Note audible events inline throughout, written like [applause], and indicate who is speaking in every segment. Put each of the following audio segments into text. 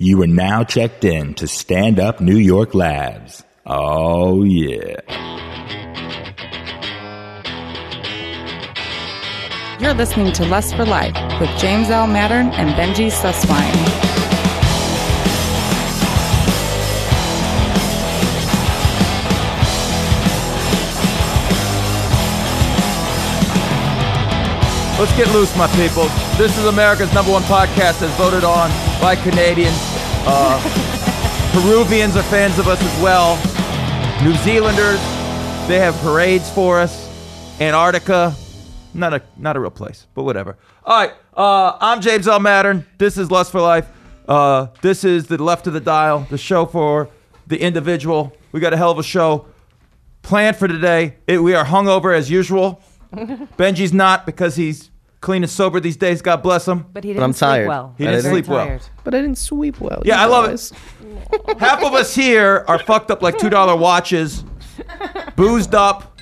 Speaker 1: You are now checked in to Stand Up New York Labs. Oh, yeah.
Speaker 2: You're listening to Lust for Life with James L. Mattern and Benji Susswine.
Speaker 3: Let's get loose, my people. This is America's number one podcast as voted on by Canadians. Uh, Peruvians are fans of us as well. New Zealanders, they have parades for us. Antarctica, not a not a real place, but whatever. All right, uh, I'm James L. Mattern. This is Lust for Life. Uh, this is the left of the dial, the show for the individual. We got a hell of a show planned for today. It, we are hungover as usual. Benji's not because he's clean and sober these days. God bless him.
Speaker 4: But he didn't
Speaker 5: But I'm
Speaker 4: sleep
Speaker 5: tired.
Speaker 4: well.
Speaker 3: He
Speaker 5: I
Speaker 3: didn't
Speaker 5: didn't-
Speaker 3: sleep well.
Speaker 4: Tired.
Speaker 5: But I didn't sweep well.
Speaker 3: Yeah,
Speaker 5: you
Speaker 3: I love
Speaker 5: guys.
Speaker 3: it. Half of us here are fucked up like two dollar watches, boozed up,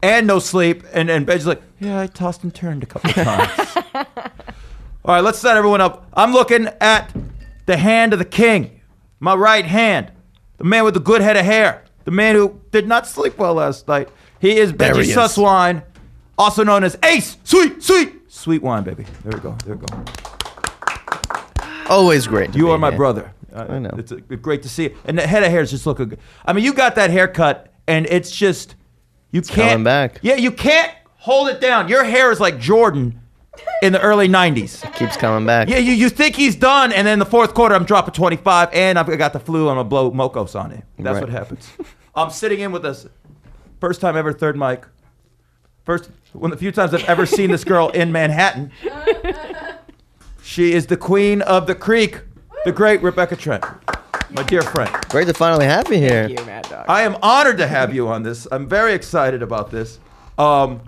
Speaker 3: and no sleep. And and Benji's like, yeah, I tossed and turned a couple times. All right, let's set everyone up. I'm looking at the hand of the king, my right hand, the man with the good head of hair, the man who did not sleep well last night. He is Benji
Speaker 5: he is.
Speaker 3: Susswine, also known as Ace. Sweet, sweet, sweet wine, baby. There we go. There we go.
Speaker 5: Always great. to
Speaker 3: You
Speaker 5: be
Speaker 3: are my
Speaker 5: here.
Speaker 3: brother.
Speaker 5: I know.
Speaker 3: It's uh, great to see you. And the head of hair is just looking good. I mean, you got that haircut, and it's just you can't
Speaker 5: coming back.
Speaker 3: Yeah, you can't hold it down. Your hair is like Jordan in the early '90s.
Speaker 5: Keeps coming back.
Speaker 3: Yeah, you, you think he's done, and then the fourth quarter, I'm dropping 25, and I've got the flu. I'm gonna blow mocos on it. That's
Speaker 5: Right.
Speaker 3: what happens. I'm sitting in with this first time ever third mic. First, one of the few times I've ever seen this girl in Manhattan. She is the queen of the creek, the great Rebecca Trent, my dear friend.
Speaker 5: Great to finally have you here.
Speaker 4: You mad dog.
Speaker 3: I am honored to have you on this. I'm very excited about this. Um,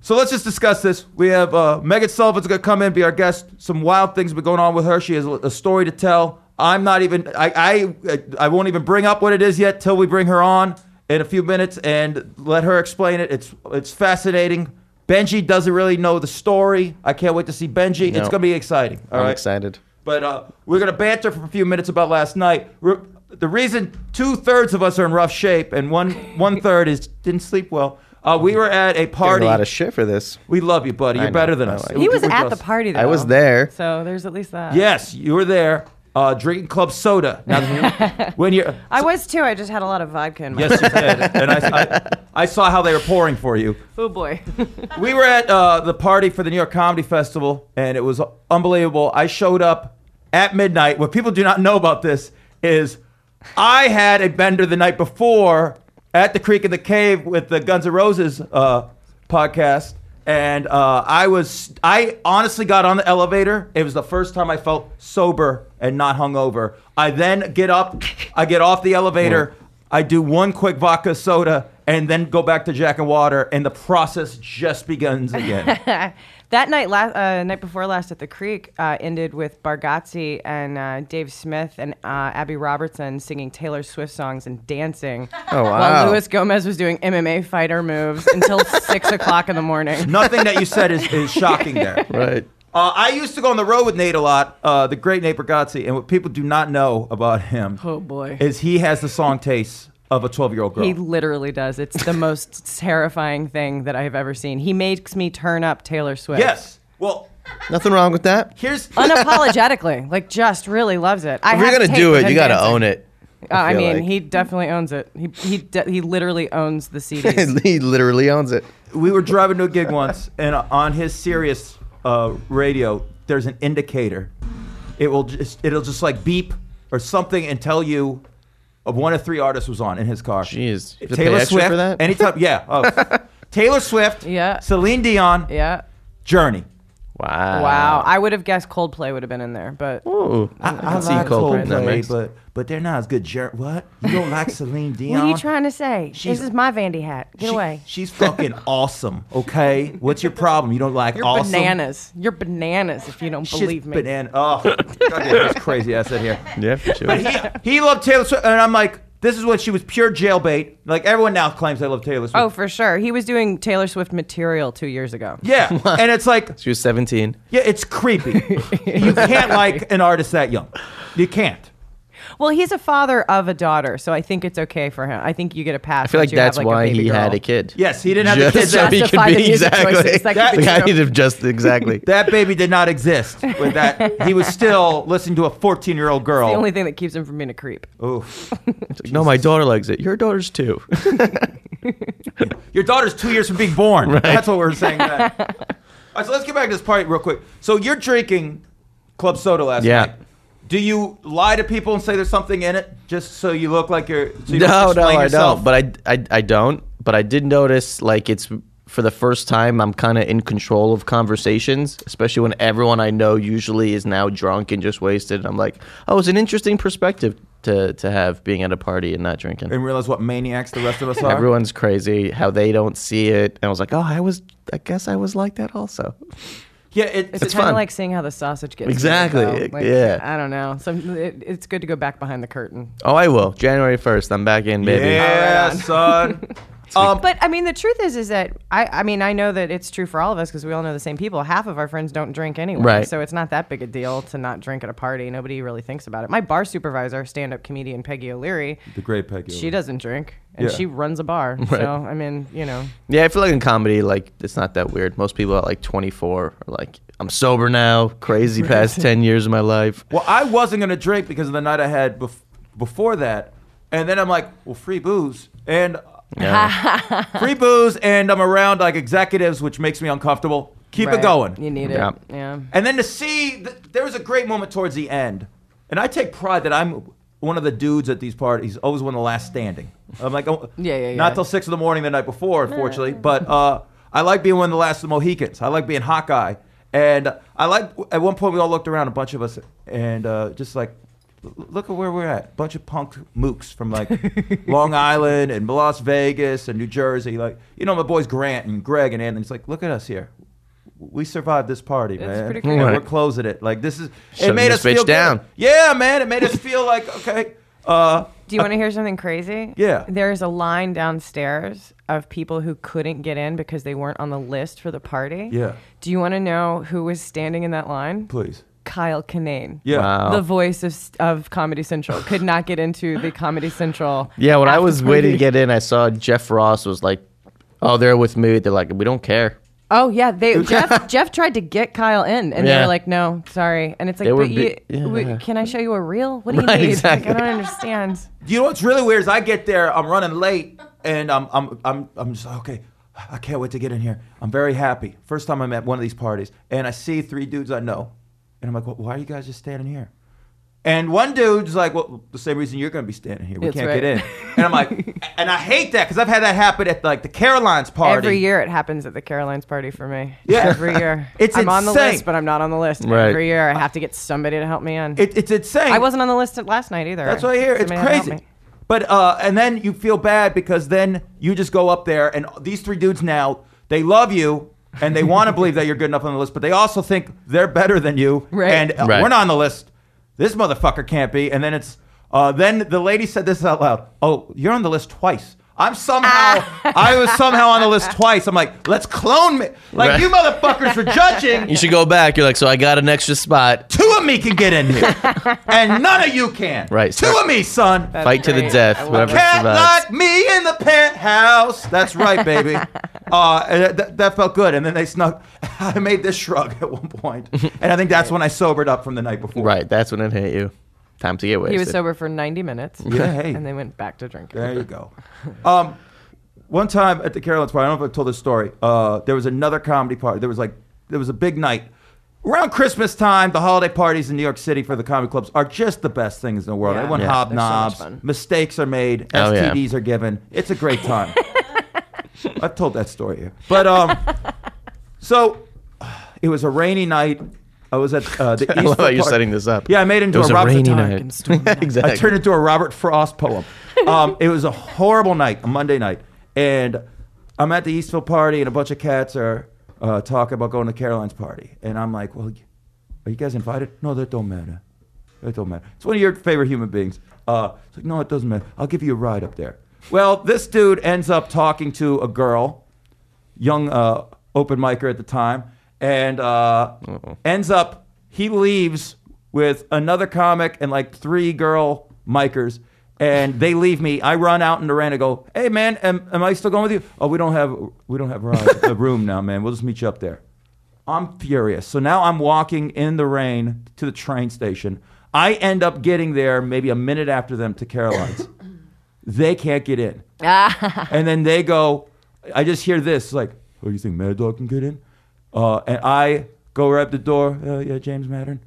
Speaker 3: so let's just discuss this. We have uh, Megan Sullivan's going to come in, be our guest. Some wild things have been going on with her. She has a a story to tell. I'm not even. I I I won't even bring up what it is yet till we bring her on in a few minutes and let her explain it. It's it's fascinating. Benji doesn't really know the story. I can't wait to see Benji. It's
Speaker 5: No.
Speaker 3: going to be exciting. All
Speaker 5: I'm
Speaker 3: right?
Speaker 5: excited.
Speaker 3: But uh, we're going to banter for a few minutes about last night. We're, the reason two thirds of us are in rough shape and one one third is didn't sleep well. Uh, we were at a
Speaker 5: Getting
Speaker 3: party.
Speaker 5: a lot of shit for this.
Speaker 3: we love you, buddy.
Speaker 5: I
Speaker 3: You're
Speaker 5: know,
Speaker 3: better than
Speaker 5: I
Speaker 3: us.
Speaker 5: like
Speaker 3: It
Speaker 4: he was at the
Speaker 3: ridiculous.
Speaker 4: party. Though,
Speaker 5: I was there.
Speaker 4: So there's at least that.
Speaker 3: Yes, you were there. Uh, drinking club soda.
Speaker 4: [laughs]
Speaker 3: Now, when you're
Speaker 4: I was too. I just had a lot of vodka in my.
Speaker 3: yes, you did, and I, I I saw how they were pouring for you.
Speaker 4: [laughs] Oh boy. [laughs]
Speaker 3: we were at uh, the party for the New York Comedy Festival, and it was unbelievable. I showed up at midnight. What people do not know about this is I had a bender the night before at the Creek in the Cave with the Guns N' Roses uh, podcast, and uh, I was I honestly got on the elevator. It was the first time I felt sober and not hungover. I then get up, I get off the elevator. I do one quick vodka soda and then go back to Jack and Water, and the process just begins
Speaker 4: [laughs]
Speaker 3: again.
Speaker 4: that night, last uh, night before last at the Creek, uh, ended with Bargazzi and uh, Dave Smith and uh, Abby Robertson singing Taylor Swift songs and
Speaker 5: [laughs]
Speaker 4: dancing.
Speaker 5: Oh,
Speaker 4: While
Speaker 5: wow.
Speaker 4: Luis Gomez was doing MMA fighter moves
Speaker 5: [laughs]
Speaker 4: until six o'clock in
Speaker 3: [laughs]
Speaker 4: the morning.
Speaker 3: Nothing that you said is, is shocking
Speaker 4: [laughs]
Speaker 3: there.
Speaker 5: Right.
Speaker 3: Uh, I used to go on the road with Nate a lot, uh, the great Nate Bargatze, and what people do not know about him
Speaker 4: Oh boy.
Speaker 3: is he has the song taste of a 12 year old girl.
Speaker 4: He literally does. It's the most [laughs] terrifying thing that I have ever seen. He makes me turn up Taylor Swift.
Speaker 3: yes. Well,
Speaker 5: Nothing wrong with that.
Speaker 3: here's.
Speaker 4: Unapologetically, like just really loves it. I
Speaker 5: If you're
Speaker 4: have
Speaker 5: gonna
Speaker 4: tape
Speaker 5: do
Speaker 4: with
Speaker 5: it,
Speaker 4: him
Speaker 5: you gotta
Speaker 4: dancing.
Speaker 5: own it.
Speaker 4: Uh, I,
Speaker 5: feel
Speaker 4: mean,
Speaker 5: like.
Speaker 4: he definitely owns it. He he de- he literally owns
Speaker 5: [laughs]
Speaker 4: the CDs.
Speaker 5: he literally owns it.
Speaker 3: we were driving to a gig once, and on his Sirius uh, radio, there's an indicator. It will just it'll just like beep or something and tell you of one of three artists was on in his car.
Speaker 5: Jeez. You have to pay
Speaker 3: Taylor
Speaker 5: extra
Speaker 3: Swift.
Speaker 5: for that?
Speaker 3: Anytime,
Speaker 5: [laughs]
Speaker 3: yeah. Oh. Taylor Swift.
Speaker 4: Yeah.
Speaker 3: Celine Dion.
Speaker 4: yeah.
Speaker 3: Journey.
Speaker 5: Wow.
Speaker 4: Wow. I would have guessed Coldplay would have been in there, but
Speaker 5: Ooh, I, can see
Speaker 3: like
Speaker 5: Coldplay in that
Speaker 3: Coldplay,
Speaker 5: mix.
Speaker 3: but but they're not as good. Jer- what? You don't like Celine Dion?
Speaker 4: what are you trying to say?
Speaker 3: She's-
Speaker 4: this is my Vandy hat. Get
Speaker 3: She-
Speaker 4: away.
Speaker 3: She's
Speaker 5: [laughs]
Speaker 3: fucking awesome. Okay, what's your problem? You don't like
Speaker 4: You're
Speaker 3: awesome?
Speaker 4: bananas. You're bananas if you don't
Speaker 3: Shit's
Speaker 4: believe me. [laughs]
Speaker 3: Banana. Oh, goddamn, that's crazy. I said here.
Speaker 5: Yeah, for sure.
Speaker 3: He, he loved Taylor Swift, and I'm like, This is when she was pure jailbait. Like everyone now claims they love Taylor Swift.
Speaker 4: Oh, for sure. He was doing Taylor Swift material two years ago. [laughs]
Speaker 3: Yeah, and it's like
Speaker 5: She was 17.
Speaker 3: yeah, it's creepy. you can't like an artist that young. You can't.
Speaker 4: Well, he's a father of a daughter, so I think it's okay for him. I think you get a pass.
Speaker 5: I feel like
Speaker 4: once you have,
Speaker 5: that's
Speaker 4: like, a
Speaker 5: why
Speaker 4: baby
Speaker 5: he
Speaker 4: girl.
Speaker 5: had a kid.
Speaker 3: Yes, he didn't have the kids.
Speaker 5: so
Speaker 3: That,
Speaker 5: he could
Speaker 4: Justify the
Speaker 5: be
Speaker 4: music
Speaker 5: exactly.
Speaker 4: choices. That could be
Speaker 5: Like, I
Speaker 4: true.
Speaker 5: need to just exactly.
Speaker 3: that baby did not exist. With that, he was
Speaker 4: [laughs]
Speaker 3: still listening to a 14-year-old girl.
Speaker 4: The only thing that keeps him from being a creep.
Speaker 3: Oof.
Speaker 5: no, my daughter likes it. Your daughter's too.
Speaker 3: Your daughter's two years from being born. That's what we're saying.
Speaker 5: [laughs]
Speaker 3: Then. All right, so let's get back to this party real quick. So you're drinking club soda last
Speaker 5: Yeah.
Speaker 3: night. Do you lie to people and say there's something in it just so you look like you're? So you don't
Speaker 5: no, no,
Speaker 3: explain
Speaker 5: I
Speaker 3: yourself?
Speaker 5: don't. But I, I, I don't. But I did notice, like, it's for the first time I'm kind of in control of conversations, especially when everyone I know usually is now drunk and just wasted. And I'm like, oh, it's an interesting perspective to to have being at a party and not drinking.
Speaker 3: and realize what maniacs the rest of us are.
Speaker 5: Everyone's crazy how they don't see it. And I was like, oh, I was, I guess I was like that also.
Speaker 3: yeah, it,
Speaker 4: It's
Speaker 3: it's
Speaker 4: kind
Speaker 5: fun.
Speaker 4: of like seeing how the sausage gets. made,
Speaker 5: Exactly.
Speaker 4: though. Like,
Speaker 5: Yeah.
Speaker 4: I don't know. Some, it, it's good to go back behind the curtain.
Speaker 5: Oh, I will. January 1st, I'm back in, baby.
Speaker 3: yeah,
Speaker 4: Alright, on. [laughs]
Speaker 3: son. um,
Speaker 4: But I mean, the truth is, is that I, I mean, I know that it's true for all of us because we all know the same people. Half of our friends don't drink anyway,
Speaker 5: Right.
Speaker 4: so it's not that big a deal to not drink at a party. Nobody really thinks about it. My bar supervisor, stand-up comedian Peggy O'Leary,
Speaker 3: the great Peggy.
Speaker 4: she doesn't drink and
Speaker 3: Yeah.
Speaker 4: she runs a
Speaker 5: [laughs]
Speaker 4: bar. So I mean, you know,
Speaker 5: Yeah, I feel like in comedy, like it's not that weird. Most people at like 24 are like, I'm sober now, crazy past 10 years of my life.
Speaker 3: Well, I wasn't gonna drink because of the night I had bef- before that, and then I'm like, well, free booze and [laughs]
Speaker 5: Yeah.
Speaker 3: free booze, and I'm around like executives, which makes me uncomfortable. Keep
Speaker 4: right,
Speaker 3: it going.
Speaker 4: You need
Speaker 5: Yeah.
Speaker 4: it. Yeah.
Speaker 3: And then to see, th- there was a great moment towards the end, and I take pride that I'm one of the dudes at these parties, always one of the last standing. I'm like, oh,
Speaker 4: [laughs] Yeah, yeah,
Speaker 3: not
Speaker 4: yeah.
Speaker 3: till six in the morning the night before, unfortunately. but uh, I like being one of the last of the Mohicans. I like being Hawkeye, and I like. At one point, we all looked around, a bunch of us, and uh, just like. l- Look at where we're at. Bunch of punk mooks from
Speaker 4: [laughs]
Speaker 3: like Long Island and Las Vegas and New Jersey. Like, you know, my boys Grant and Greg and Anthony's like, look at us here. We survived this party,
Speaker 4: That's
Speaker 3: man.
Speaker 4: pretty cool.
Speaker 3: And
Speaker 5: Right.
Speaker 3: We're closing it. Like this is. it
Speaker 5: Shutting
Speaker 3: made
Speaker 5: this
Speaker 3: us feel
Speaker 5: bitch down.
Speaker 3: Good. Yeah, man. It made us feel like okay. Uh, [laughs]
Speaker 4: Do you want to hear something crazy?
Speaker 3: Yeah.
Speaker 4: There's a line downstairs of people who couldn't get in because they weren't on the list for the party.
Speaker 3: Yeah.
Speaker 4: Do you want to know who was standing in that line?
Speaker 3: please.
Speaker 4: Kyle Kinane.
Speaker 3: Yeah.
Speaker 5: Wow.
Speaker 4: The voice of, of Comedy Central could not get into
Speaker 3: [laughs]
Speaker 4: the Comedy Central.
Speaker 5: yeah, when I
Speaker 4: after
Speaker 5: was
Speaker 4: party.
Speaker 5: waiting to get in, I saw Jeff Ross was like, oh, they're with me. They're like, we don't care.
Speaker 4: Oh yeah, they
Speaker 3: [laughs]
Speaker 4: Jeff Jeff tried to get Kyle in, and they
Speaker 5: Yeah.
Speaker 4: were like, "No, sorry." And it's like,
Speaker 5: They were
Speaker 4: "But you,
Speaker 5: bi- yeah.
Speaker 4: w- can I show you a reel? What do you
Speaker 5: Right,
Speaker 4: need? Like,
Speaker 5: exactly.
Speaker 4: I don't understand."
Speaker 3: You know what's really weird is I get there, I'm running late, and I'm I'm I'm I'm just like, okay. I can't wait to get in here. I'm very happy. First time I'm at one of these parties, and I see three dudes I know, and I'm like, well, why are you guys just standing here? And one dude's like, well, the same reason you're going to be standing here. We
Speaker 4: That's
Speaker 3: can't
Speaker 4: right.
Speaker 3: get in. And I'm
Speaker 4: [laughs]
Speaker 3: like, and I hate that because I've had that happen at like the Carolines party.
Speaker 4: Every year it happens at the Carolines party for me.
Speaker 3: Yeah.
Speaker 4: Every year.
Speaker 3: [laughs] It's
Speaker 4: I'm on the
Speaker 3: insane.
Speaker 4: list, but I'm not on the list.
Speaker 5: Right.
Speaker 4: Every year I have to get somebody to help me in.
Speaker 3: It, it's insane.
Speaker 4: I wasn't on the list last night either.
Speaker 3: That's what I hear. It's
Speaker 4: Somebody had to help
Speaker 3: crazy.
Speaker 4: me.
Speaker 3: But uh, and then you feel bad because then you just go up there and these three dudes now they love you and they want to believe that you're good enough on the list, but they also think they're better than you.
Speaker 4: Right.
Speaker 3: And uh,
Speaker 5: Right.
Speaker 3: we're not on the list. This motherfucker can't be. And then it's uh, then the lady said this out loud. Oh, you're on the list twice. I'm somehow
Speaker 4: Ah.
Speaker 3: I was somehow on the list twice. I'm like, let's clone me. Like
Speaker 5: Right.
Speaker 3: you motherfuckers were judging
Speaker 5: [laughs] You should go back. You're like, so I got an extra spot.
Speaker 3: two of me can get in here, and none of you can.
Speaker 5: Right,
Speaker 3: Two
Speaker 5: start-
Speaker 3: of me, son.
Speaker 5: Fight to the
Speaker 4: great.
Speaker 5: death.
Speaker 4: I love
Speaker 5: Whatever
Speaker 3: Cat
Speaker 5: survives.
Speaker 3: lock me in the penthouse. That's right,
Speaker 5: [laughs]
Speaker 3: baby. uh, and that, that felt good. And then they snuck. [laughs] I made this shrug at one point, and I think that's when I sobered up from the night before.
Speaker 5: Right. That's when it hit you. Time to get wasted.
Speaker 4: He was sober for 90 minutes.
Speaker 3: Yeah. Hey.
Speaker 4: And they went back to drinking.
Speaker 3: There you go. Um, one time at the Carolines party, I don't know if I told this story. Uh, there was another comedy party. There was like there was a big night around Christmas time. The holiday parties in New York City for the comedy clubs are just the best things in the world.
Speaker 4: Yeah.
Speaker 3: Everyone
Speaker 4: Yeah.
Speaker 3: hobnobs,
Speaker 4: They're so much fun.
Speaker 3: mistakes are made,
Speaker 5: Oh, yeah.
Speaker 3: STDs are given. It's a great time. [laughs] I've told that story here, but um, so it was a rainy night. I was at uh, the.
Speaker 5: [laughs] [laughs] I love how
Speaker 3: Easter
Speaker 5: you're
Speaker 3: par-
Speaker 5: setting this up.
Speaker 3: Yeah, I made it
Speaker 5: It
Speaker 3: into
Speaker 5: was
Speaker 3: a,
Speaker 5: a
Speaker 3: Robinson
Speaker 5: rainy
Speaker 3: Time.
Speaker 5: night.
Speaker 4: and
Speaker 5: [laughs]
Speaker 4: stormy night.
Speaker 5: exactly.
Speaker 3: I turned into a Robert Frost poem. Um, it was a horrible night, a Monday night, and I'm at the Eastville party, and a bunch of cats are uh, talking about going to Caroline's party, and I'm like, "Well, are you guys invited? No, that don't matter. It don't matter. It's one of your favorite human beings. Uh, it's like, no, it doesn't matter. I'll give you a ride up there. Well, this dude ends up talking to a girl, young uh, open micer at the time, and uh, ends up he leaves with another comic and like three girl micers, and they leave me. I run out in the rain and go, "Hey man, am, am I still going with you? Oh, we don't have we don't have ride- a room now, man. We'll just meet you up there." I'm furious. So now I'm walking in the rain to the train station. I end up getting there maybe a minute after them to Caroline's. they can't get in. [laughs] and then they go, I just hear this like, oh, you think Mad Dog can get in? Uh, and I go right up the door. Uh, yeah, James Mattern.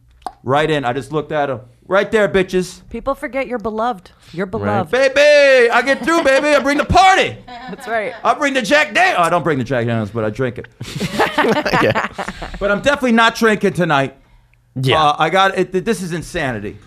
Speaker 3: Right in. I just looked at him. Right there, bitches.
Speaker 4: People forget you're beloved. You're beloved.
Speaker 3: Baby, I get through, baby. I bring the party. [laughs]
Speaker 4: That's right.
Speaker 3: I bring the Jack Daniels. I don't bring the Jack Daniels, but I drink it.
Speaker 5: yeah.
Speaker 3: [laughs] But I'm definitely not drinking tonight.
Speaker 5: Yeah.
Speaker 3: Uh, I got it. This is insanity.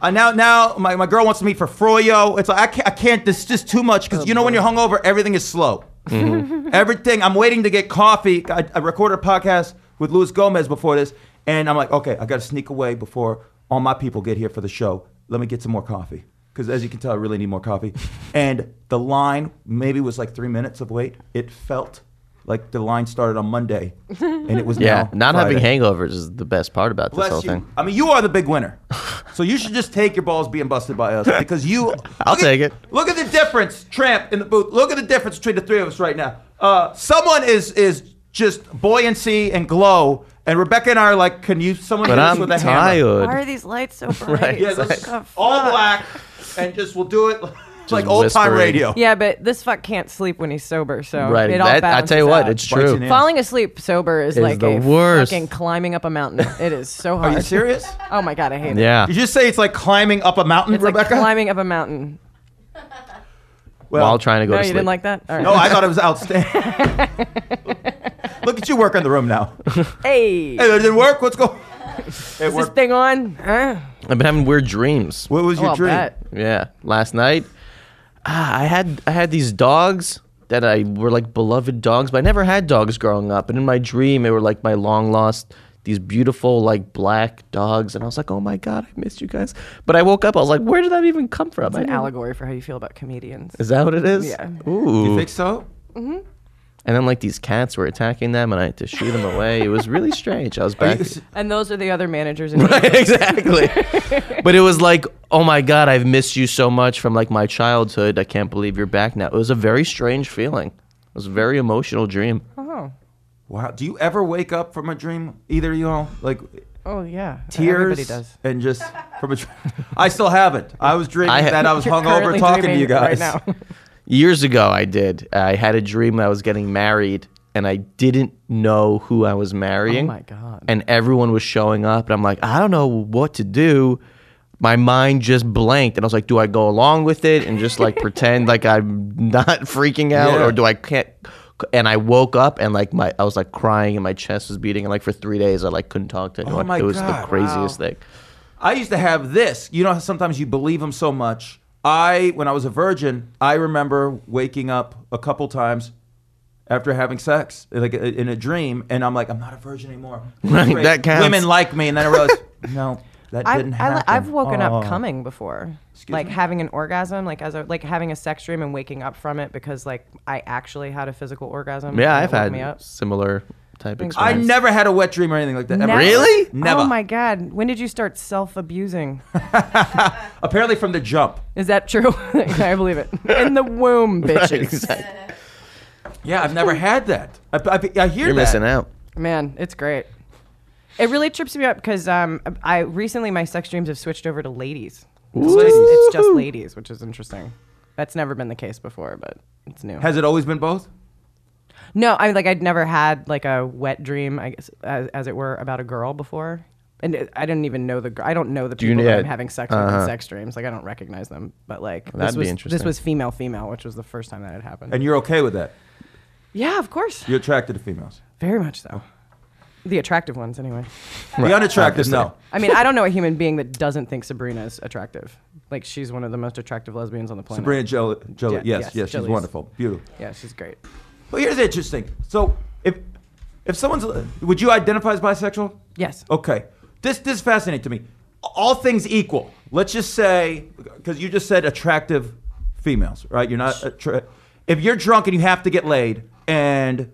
Speaker 3: I now now my, my girl wants to meet for froyo. It's like I can't, I can't this is just too much
Speaker 5: Oh,
Speaker 3: because you know when you're hungover everything is slow.
Speaker 5: Mm-hmm.
Speaker 3: [laughs] everything. I'm waiting to get coffee. I, I recorded a podcast with Luis Gomez before this, and I'm like, okay, I got to sneak away before all my people get here for the show. Let me get some more coffee because as you can tell, I really need more
Speaker 5: [laughs]
Speaker 3: coffee. And the line maybe was like three minutes of wait. It felt like the line started on Monday, and it was
Speaker 5: [laughs] yeah.
Speaker 3: now
Speaker 5: Not having
Speaker 3: Friday.
Speaker 5: hangovers is the best part about this
Speaker 3: Bless
Speaker 5: whole
Speaker 3: you.
Speaker 5: thing.
Speaker 3: I mean, you are the big winner. So you should just take your balls being busted by us because you.
Speaker 5: [laughs] I'll
Speaker 3: look at-
Speaker 5: take it.
Speaker 3: Look at the difference, Tramp, in the booth. Look at the difference between the three of us right now. Uh, someone is is just buoyancy and glow, and Rebecca and I are like, can you someone
Speaker 5: But
Speaker 3: hit us
Speaker 5: I'm
Speaker 3: with a hammer?
Speaker 5: tired.
Speaker 4: Why are these lights
Speaker 5: [laughs]
Speaker 4: so bright?
Speaker 3: Yeah, let's- all black, and just we'll do it [laughs] like
Speaker 5: Just
Speaker 3: old time
Speaker 5: whispering.
Speaker 3: radio.
Speaker 4: [laughs] Yeah, but this fuck can't sleep when he's sober, so
Speaker 5: Right.
Speaker 4: it all
Speaker 5: that- I
Speaker 4: balances
Speaker 5: tell you what,
Speaker 4: out.
Speaker 5: it's
Speaker 3: Bites
Speaker 5: true.
Speaker 3: in the ass.
Speaker 4: Falling asleep sober is, like
Speaker 5: the
Speaker 4: a
Speaker 5: worst.
Speaker 4: fucking climbing up a mountain. It is so
Speaker 3: Are
Speaker 4: hard.
Speaker 3: you serious?
Speaker 4: Oh my god, I hate it.
Speaker 5: Yeah.
Speaker 3: You just say it's like climbing up a mountain,
Speaker 4: It's
Speaker 3: Rebecca.
Speaker 4: like climbing up a mountain.
Speaker 3: well,
Speaker 5: While trying to go
Speaker 4: No,
Speaker 5: to
Speaker 4: you
Speaker 5: sleep.
Speaker 4: didn't like that. All right.
Speaker 3: No, I thought it was outstanding.
Speaker 4: [laughs]
Speaker 3: Look at you working the room now.
Speaker 4: hey,
Speaker 3: Hey, it didn't work. What's going? It
Speaker 4: is this
Speaker 3: worked.
Speaker 4: thing on? Huh?
Speaker 5: I've been having weird dreams.
Speaker 3: What was
Speaker 4: Oh,
Speaker 3: your
Speaker 4: I'll
Speaker 3: dream?
Speaker 4: bet.
Speaker 5: Yeah, last night, ah, I had I had these dogs that I were like beloved dogs, but I never had dogs growing up. And in my dream, they were like my long lost these beautiful like black dogs, and I was like, oh my god, I missed you guys. But I woke up, I was like, where did that even come from? I
Speaker 4: An
Speaker 3: Mm-hmm.
Speaker 5: didn't-
Speaker 4: allegory for how you feel about comedians.
Speaker 5: Is that what it is?
Speaker 4: Yeah.
Speaker 5: Ooh.
Speaker 3: You think so?
Speaker 5: and then like these cats were attacking them, and I had to shoo them away. It was really strange. I was back.
Speaker 4: And those are the other managers. In
Speaker 5: [laughs] exactly. but it was like, oh my god, I've missed you so much from like my childhood. I can't believe you're back now. It was a very strange feeling. It was a very emotional dream.
Speaker 3: Wow. Do you ever wake up from a dream? Either of you all like
Speaker 4: [laughs] oh yeah, Everybody
Speaker 3: tears
Speaker 4: does.
Speaker 3: and just from a. Dream. [laughs] I still haven't. I was dreaming
Speaker 5: I ha-
Speaker 3: that I was
Speaker 4: You're
Speaker 3: hungover
Speaker 4: currently
Speaker 3: talking to
Speaker 4: dreaming
Speaker 3: you guys.
Speaker 4: right now.
Speaker 5: Years ago, I did. I had a dream that I was getting married, and I didn't know who I was marrying.
Speaker 4: my God.
Speaker 5: And everyone was showing up, and I'm like, I don't know what to do. My mind just blanked, and I was like, Do I go along with it and just like pretend like I'm not freaking out,
Speaker 3: Yeah.
Speaker 5: or do I can't? And I woke up and like my I was like crying and my chest was beating, and like for three days I like couldn't talk to anyone.
Speaker 3: my
Speaker 5: it was
Speaker 3: God,
Speaker 5: the craziest thing.
Speaker 3: I used to have this. You know, how sometimes you believe them so much. I, when I was a virgin, I remember waking up a couple times after having sex, like uh, in a dream, and I'm like, I'm not a virgin anymore.
Speaker 5: [laughs] Right,
Speaker 3: Great.
Speaker 5: that counts.
Speaker 3: Women like me, and then I
Speaker 5: [laughs]
Speaker 3: realized, no, that didn't
Speaker 4: I've, I,
Speaker 3: happen.
Speaker 4: li- I've woken up
Speaker 3: Aw.
Speaker 4: coming before,
Speaker 3: Excuse
Speaker 4: like
Speaker 3: me?
Speaker 4: having an orgasm, like as a, like having a sex dream and waking up from it because like I actually had a physical orgasm.
Speaker 5: Yeah,
Speaker 4: and
Speaker 5: I've
Speaker 4: it woke
Speaker 5: had
Speaker 4: me up.
Speaker 5: similar type experience.
Speaker 3: I never had a wet dream or anything like that. ever.
Speaker 4: Never.
Speaker 5: Really?
Speaker 3: Never.
Speaker 4: Oh my god! When did you start self-abusing?
Speaker 3: Apparently from the jump.
Speaker 4: Is that true? [laughs] I believe it. In
Speaker 3: [laughs]
Speaker 4: the womb, bitches.
Speaker 3: Yeah, I've never had that. I, I, I hear
Speaker 5: You're
Speaker 3: that.
Speaker 5: missing out.
Speaker 4: Man, it's great. It really trips me up because um, I recently my sex dreams have switched over to ladies. It's just, it's just ladies, which is interesting. That's never been the case before, but it's new.
Speaker 3: Has it always been both?
Speaker 4: No, I like I'd never had like a wet dream, I guess, as, as it were, about a girl before, and it, I didn't even know the. gir- I don't know the
Speaker 5: you
Speaker 4: people that
Speaker 5: need-
Speaker 4: I'm having sex with in sex dreams. Like I don't recognize them, but like this
Speaker 5: that'd be
Speaker 4: was this
Speaker 5: interesting.
Speaker 4: was female female, which was the first time that had happened.
Speaker 3: And you're okay with that?
Speaker 4: yeah, of course,
Speaker 3: You're attracted to females.
Speaker 4: very much so. The attractive ones, anyway.
Speaker 3: The unattractive, no.
Speaker 4: I mean, I don't know a human being that doesn't think Sabrina is attractive. Like she's one of the most attractive lesbians on the planet.
Speaker 3: Sabrina Jelly, Jelly
Speaker 4: Yeah,
Speaker 3: yes, yes,
Speaker 4: yes,
Speaker 3: she's
Speaker 4: Jellies.
Speaker 3: wonderful, beautiful.
Speaker 4: Yeah, she's great.
Speaker 3: But here's interesting. So if if someone's, would you identify as bisexual?
Speaker 4: Yes.
Speaker 3: Okay. This this is fascinating to me. all things equal, let's just say, because you just said attractive females, right? You're not. Attra- if you're drunk and you have to get laid, and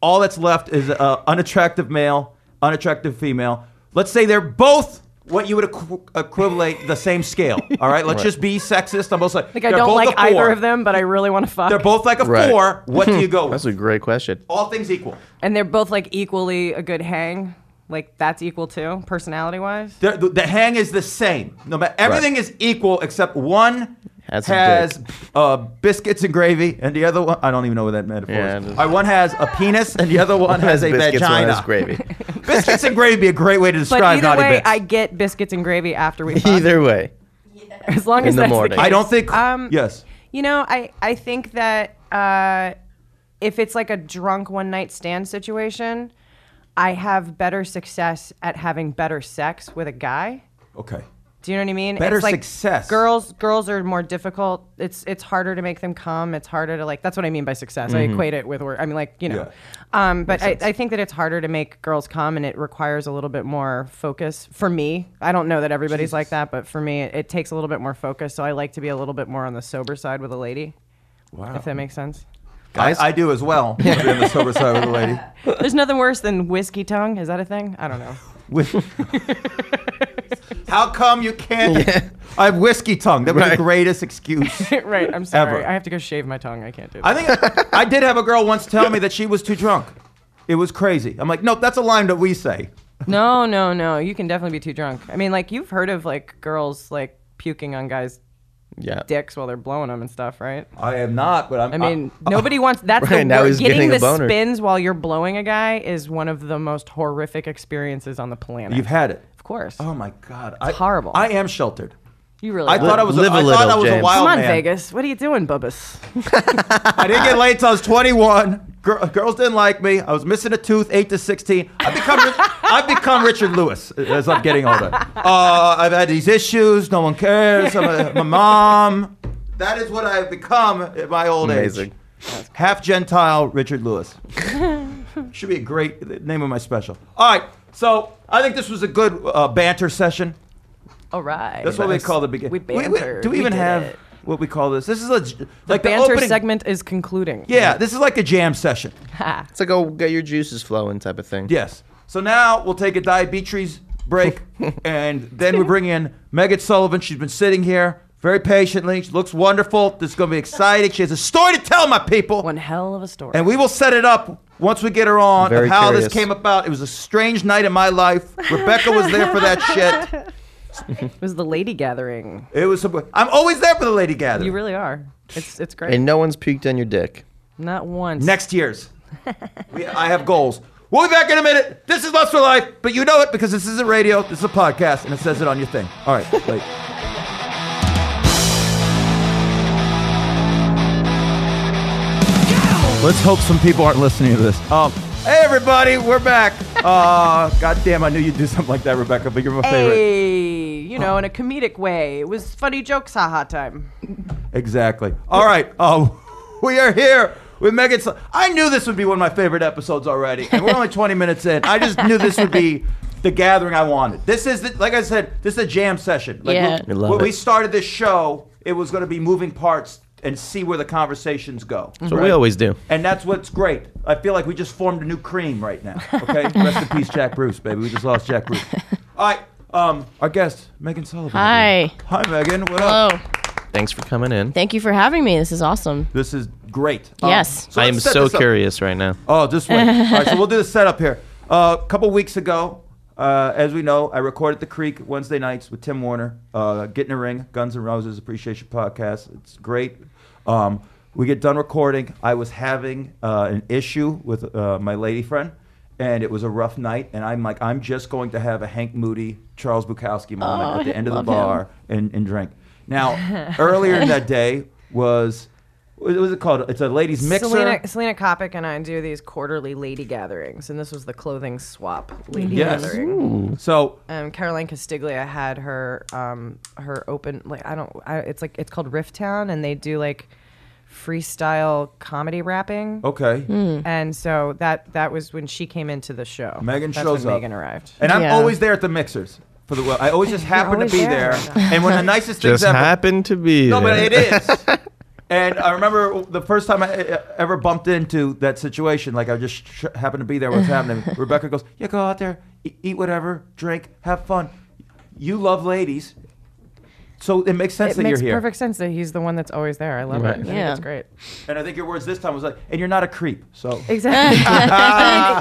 Speaker 3: all that's left is uh, unattractive male, unattractive female. Let's say they're both what you would equ- equivalent the same scale. All right, let's just be sexist on both sides.
Speaker 4: Like I don't like either of them, but I really want to fuck.
Speaker 3: They're both like a
Speaker 5: Right.
Speaker 3: four. What do you go with?
Speaker 5: That's a great question.
Speaker 3: all things equal.
Speaker 4: and they're both like equally a good hang. Like that's equal too, personality wise.
Speaker 3: They're- The, the hang is the same. No matter everything is equal except one has,
Speaker 5: Has a dick.
Speaker 3: uh, biscuits and gravy, and the other one I don't even know what that metaphor
Speaker 5: Yeah,
Speaker 3: is.
Speaker 5: it is.
Speaker 3: All right, one has a penis, and the other one has a
Speaker 5: [laughs] biscuits
Speaker 3: vagina. [laughs]
Speaker 5: and gravy.
Speaker 3: biscuits and gravy be a great way to
Speaker 4: But
Speaker 3: describe
Speaker 4: either
Speaker 3: naughty
Speaker 4: way,
Speaker 3: bits.
Speaker 4: I get biscuits and gravy
Speaker 3: [laughs]
Speaker 4: after we fuck.
Speaker 5: Either way,
Speaker 4: as long
Speaker 5: in
Speaker 4: as
Speaker 5: the
Speaker 4: that's
Speaker 5: morning.
Speaker 4: The case.
Speaker 3: I don't think.
Speaker 4: Um,
Speaker 3: yes.
Speaker 4: You know, I I think that uh, if it's like a drunk one night stand situation, I have better success at having better sex with a guy.
Speaker 3: Okay.
Speaker 4: Do you know what I mean?
Speaker 3: Better
Speaker 4: it's like
Speaker 3: success.
Speaker 4: Girls, girls are more difficult. It's it's harder to make them come. It's harder to like. That's what I mean by success.
Speaker 3: Mm-hmm.
Speaker 4: I equate it with work. I mean, like you know. Um, but I, I think that it's harder to make girls come, and it requires a little bit more focus for me. I don't know that everybody's like that, but for me, it, it takes a little bit more focus. So I like to be a little bit more on the sober side with a lady,
Speaker 3: Wow.
Speaker 4: if that makes sense.
Speaker 3: I, I do as
Speaker 5: [laughs]
Speaker 3: well. Be on the sober side with the lady.
Speaker 4: There's nothing worse than whiskey tongue. Is that a thing? I don't know. [laughs]
Speaker 5: [laughs]
Speaker 3: How come you can't? I have whiskey tongue. That was the greatest excuse.
Speaker 4: right. I'm sorry.
Speaker 3: Ever.
Speaker 4: I have to go shave my tongue. I can't do that.
Speaker 3: I think I did have a girl once tell me that she was too drunk. It was crazy. I'm like, nope, that's a line that we say.
Speaker 4: No, no, no. You can definitely be too drunk. I mean, like you've heard of like girls like puking on guys'
Speaker 5: yeah.
Speaker 4: dicks while they're blowing them and stuff, right?
Speaker 3: I am not, but I'm. [laughs]
Speaker 4: I mean,
Speaker 3: oh.
Speaker 4: nobody wants that's the
Speaker 5: Right, now
Speaker 4: wor-
Speaker 5: he's
Speaker 4: getting,
Speaker 5: getting
Speaker 4: the
Speaker 5: a boner.
Speaker 4: spins while you're blowing a guy is one of the most horrific experiences on the planet.
Speaker 3: you've had it.
Speaker 4: of course,
Speaker 3: Oh my god, it's I,
Speaker 4: horrible.
Speaker 3: I am sheltered.
Speaker 4: you really.
Speaker 3: I
Speaker 4: are.
Speaker 3: thought I was. A, I
Speaker 5: Live a
Speaker 3: thought
Speaker 5: little,
Speaker 3: I was a
Speaker 5: James.
Speaker 3: wild
Speaker 4: Come on,
Speaker 3: man.
Speaker 4: Vegas. What are you doing, Bubbas?
Speaker 3: I didn't get laid till I was 21. Gir- girls didn't like me. I was missing a tooth, eight to 16. I've become, I've become Richard Lewis as I'm getting older. Uh, I've had these issues. No one cares. I'm a, my mom. That is what I've become at my old
Speaker 5: Amazing.
Speaker 3: age. Half Gentile Richard
Speaker 4: [laughs]
Speaker 3: Lewis. Should be a great the name of my special. All right. So I think this was a good uh, banter session.
Speaker 4: All right.
Speaker 3: That's what we call the beginning.
Speaker 4: We bantered.
Speaker 3: do we,
Speaker 4: We
Speaker 3: even
Speaker 4: did
Speaker 3: have
Speaker 4: it.
Speaker 3: what we call this? This is a j- like the
Speaker 4: banter
Speaker 3: opening-
Speaker 4: segment is concluding.
Speaker 3: Yeah, this is like a jam session.
Speaker 5: It's like, oh, get your juices flowing type of thing.
Speaker 3: Yes. So now we'll take a diabetes
Speaker 4: [laughs]
Speaker 3: break, and then we bring in Megan Sullivan. She's been sitting here very patiently. She looks wonderful. This is going to be exciting. She has a story to tell, my people.
Speaker 4: One hell of a story.
Speaker 3: and we will set it up once we get her on
Speaker 5: Very
Speaker 3: of how this
Speaker 5: curious.
Speaker 3: came about. It was a strange night in my life. Rebecca was there for that shit.
Speaker 4: it was the lady gathering.
Speaker 3: It was. Some, I'm always there for the lady gathering.
Speaker 4: You really are. It's it's great.
Speaker 5: And no one's peeked on your dick.
Speaker 4: Not once.
Speaker 3: Next year's. [laughs] we, I have goals. We'll be back in a minute. This is Lust for Life, but you know it because this isn't radio. This is a podcast, and it says it on your thing. All right, wait. Let's hope some people aren't listening to this. Um, hey everybody, we're back. Uh, [laughs] God damn, I knew you'd do something like that, Rebecca, but you're my favorite. Oh.
Speaker 4: Hey, you know, in a comedic way. It was funny jokes, haha time.
Speaker 3: Exactly. All right. Um, [laughs] we are here with Megan. Sl- I knew this would be one of my favorite episodes already, and we're
Speaker 6: [laughs]
Speaker 3: only 20 minutes in. I just knew this would be the gathering I wanted. This is, the, like I said, this is a jam session. Like
Speaker 4: Yeah.
Speaker 3: we-
Speaker 5: I love
Speaker 3: when we
Speaker 5: it.
Speaker 3: started this show, it was going to be moving parts and see where the conversations go.
Speaker 6: Mm-hmm.
Speaker 5: That's what we always do.
Speaker 3: And that's what's great. I feel like we just formed a new cream right now. Okay,
Speaker 6: [laughs]
Speaker 3: rest in peace, Jack Bruce, baby. We just lost Jack Bruce. All right, um, our guest, Megan Sullivan.
Speaker 6: Hi.
Speaker 3: Hi, Megan. What up?
Speaker 6: Hello.
Speaker 5: Thanks for coming in.
Speaker 6: Thank you for having me. This is awesome.
Speaker 3: This is great. Um,
Speaker 6: Yes.
Speaker 5: I am
Speaker 3: let's set
Speaker 5: so
Speaker 3: this up.
Speaker 5: curious right now.
Speaker 3: Oh, just
Speaker 6: [laughs]
Speaker 3: wait. All right, so we'll do the setup here. A couple weeks ago, uh, as we know, I recorded the Creek Wednesday nights with Tim Warner, uh, Get in a Ring, Guns N' Roses Appreciation Podcast. It's great. Um, we get done recording. I was having uh, an issue with uh, my lady friend, and it was a rough night. And I'm like, I'm just going to have a Hank Moody, Charles Bukowski moment
Speaker 6: Oh,
Speaker 3: at the
Speaker 6: I
Speaker 3: end of the
Speaker 6: love him.
Speaker 3: bar and, and drink. Now, earlier in
Speaker 6: [laughs]
Speaker 3: that day was. What was it called? It's a ladies' mixer.
Speaker 4: Selena, Selena Kopic and I do these quarterly lady gatherings, and this was the clothing swap lady
Speaker 3: Yes.
Speaker 4: gathering.
Speaker 3: So
Speaker 4: Um, Caroline Castiglia had her um, her open like I don't I, it's like it's called Rift Town, and they do like freestyle comedy rapping.
Speaker 3: okay,
Speaker 4: And so that that was when she came into the show.
Speaker 3: Megan
Speaker 4: That's
Speaker 3: shows
Speaker 4: when
Speaker 3: up.
Speaker 4: Megan arrived.
Speaker 3: and I'm
Speaker 6: Yeah.
Speaker 3: always there at the mixers. for the well. I
Speaker 4: [laughs]
Speaker 3: always just happen to
Speaker 4: always
Speaker 3: be
Speaker 4: there.
Speaker 3: there, and
Speaker 4: [laughs]
Speaker 3: one of the nicest things
Speaker 5: Just
Speaker 3: ever.
Speaker 5: happened to be.
Speaker 3: No, but
Speaker 5: there.
Speaker 3: it
Speaker 5: [laughs]
Speaker 3: is. and I remember the first time I uh, ever bumped into that situation. Like I just sh- happened to be there. What's
Speaker 4: [laughs]
Speaker 3: happening? Rebecca goes, "Yeah, go out there, e- eat whatever, drink, have fun. You love ladies, so it makes sense
Speaker 4: It
Speaker 3: that
Speaker 4: makes
Speaker 3: you're here."
Speaker 4: perfect sense that he's the one that's always there. I love
Speaker 5: Right.
Speaker 4: it. I think
Speaker 6: Yeah.
Speaker 4: it's great.
Speaker 3: And I think your words this time was like, "And you're not a creep." So [laughs]
Speaker 4: Exactly.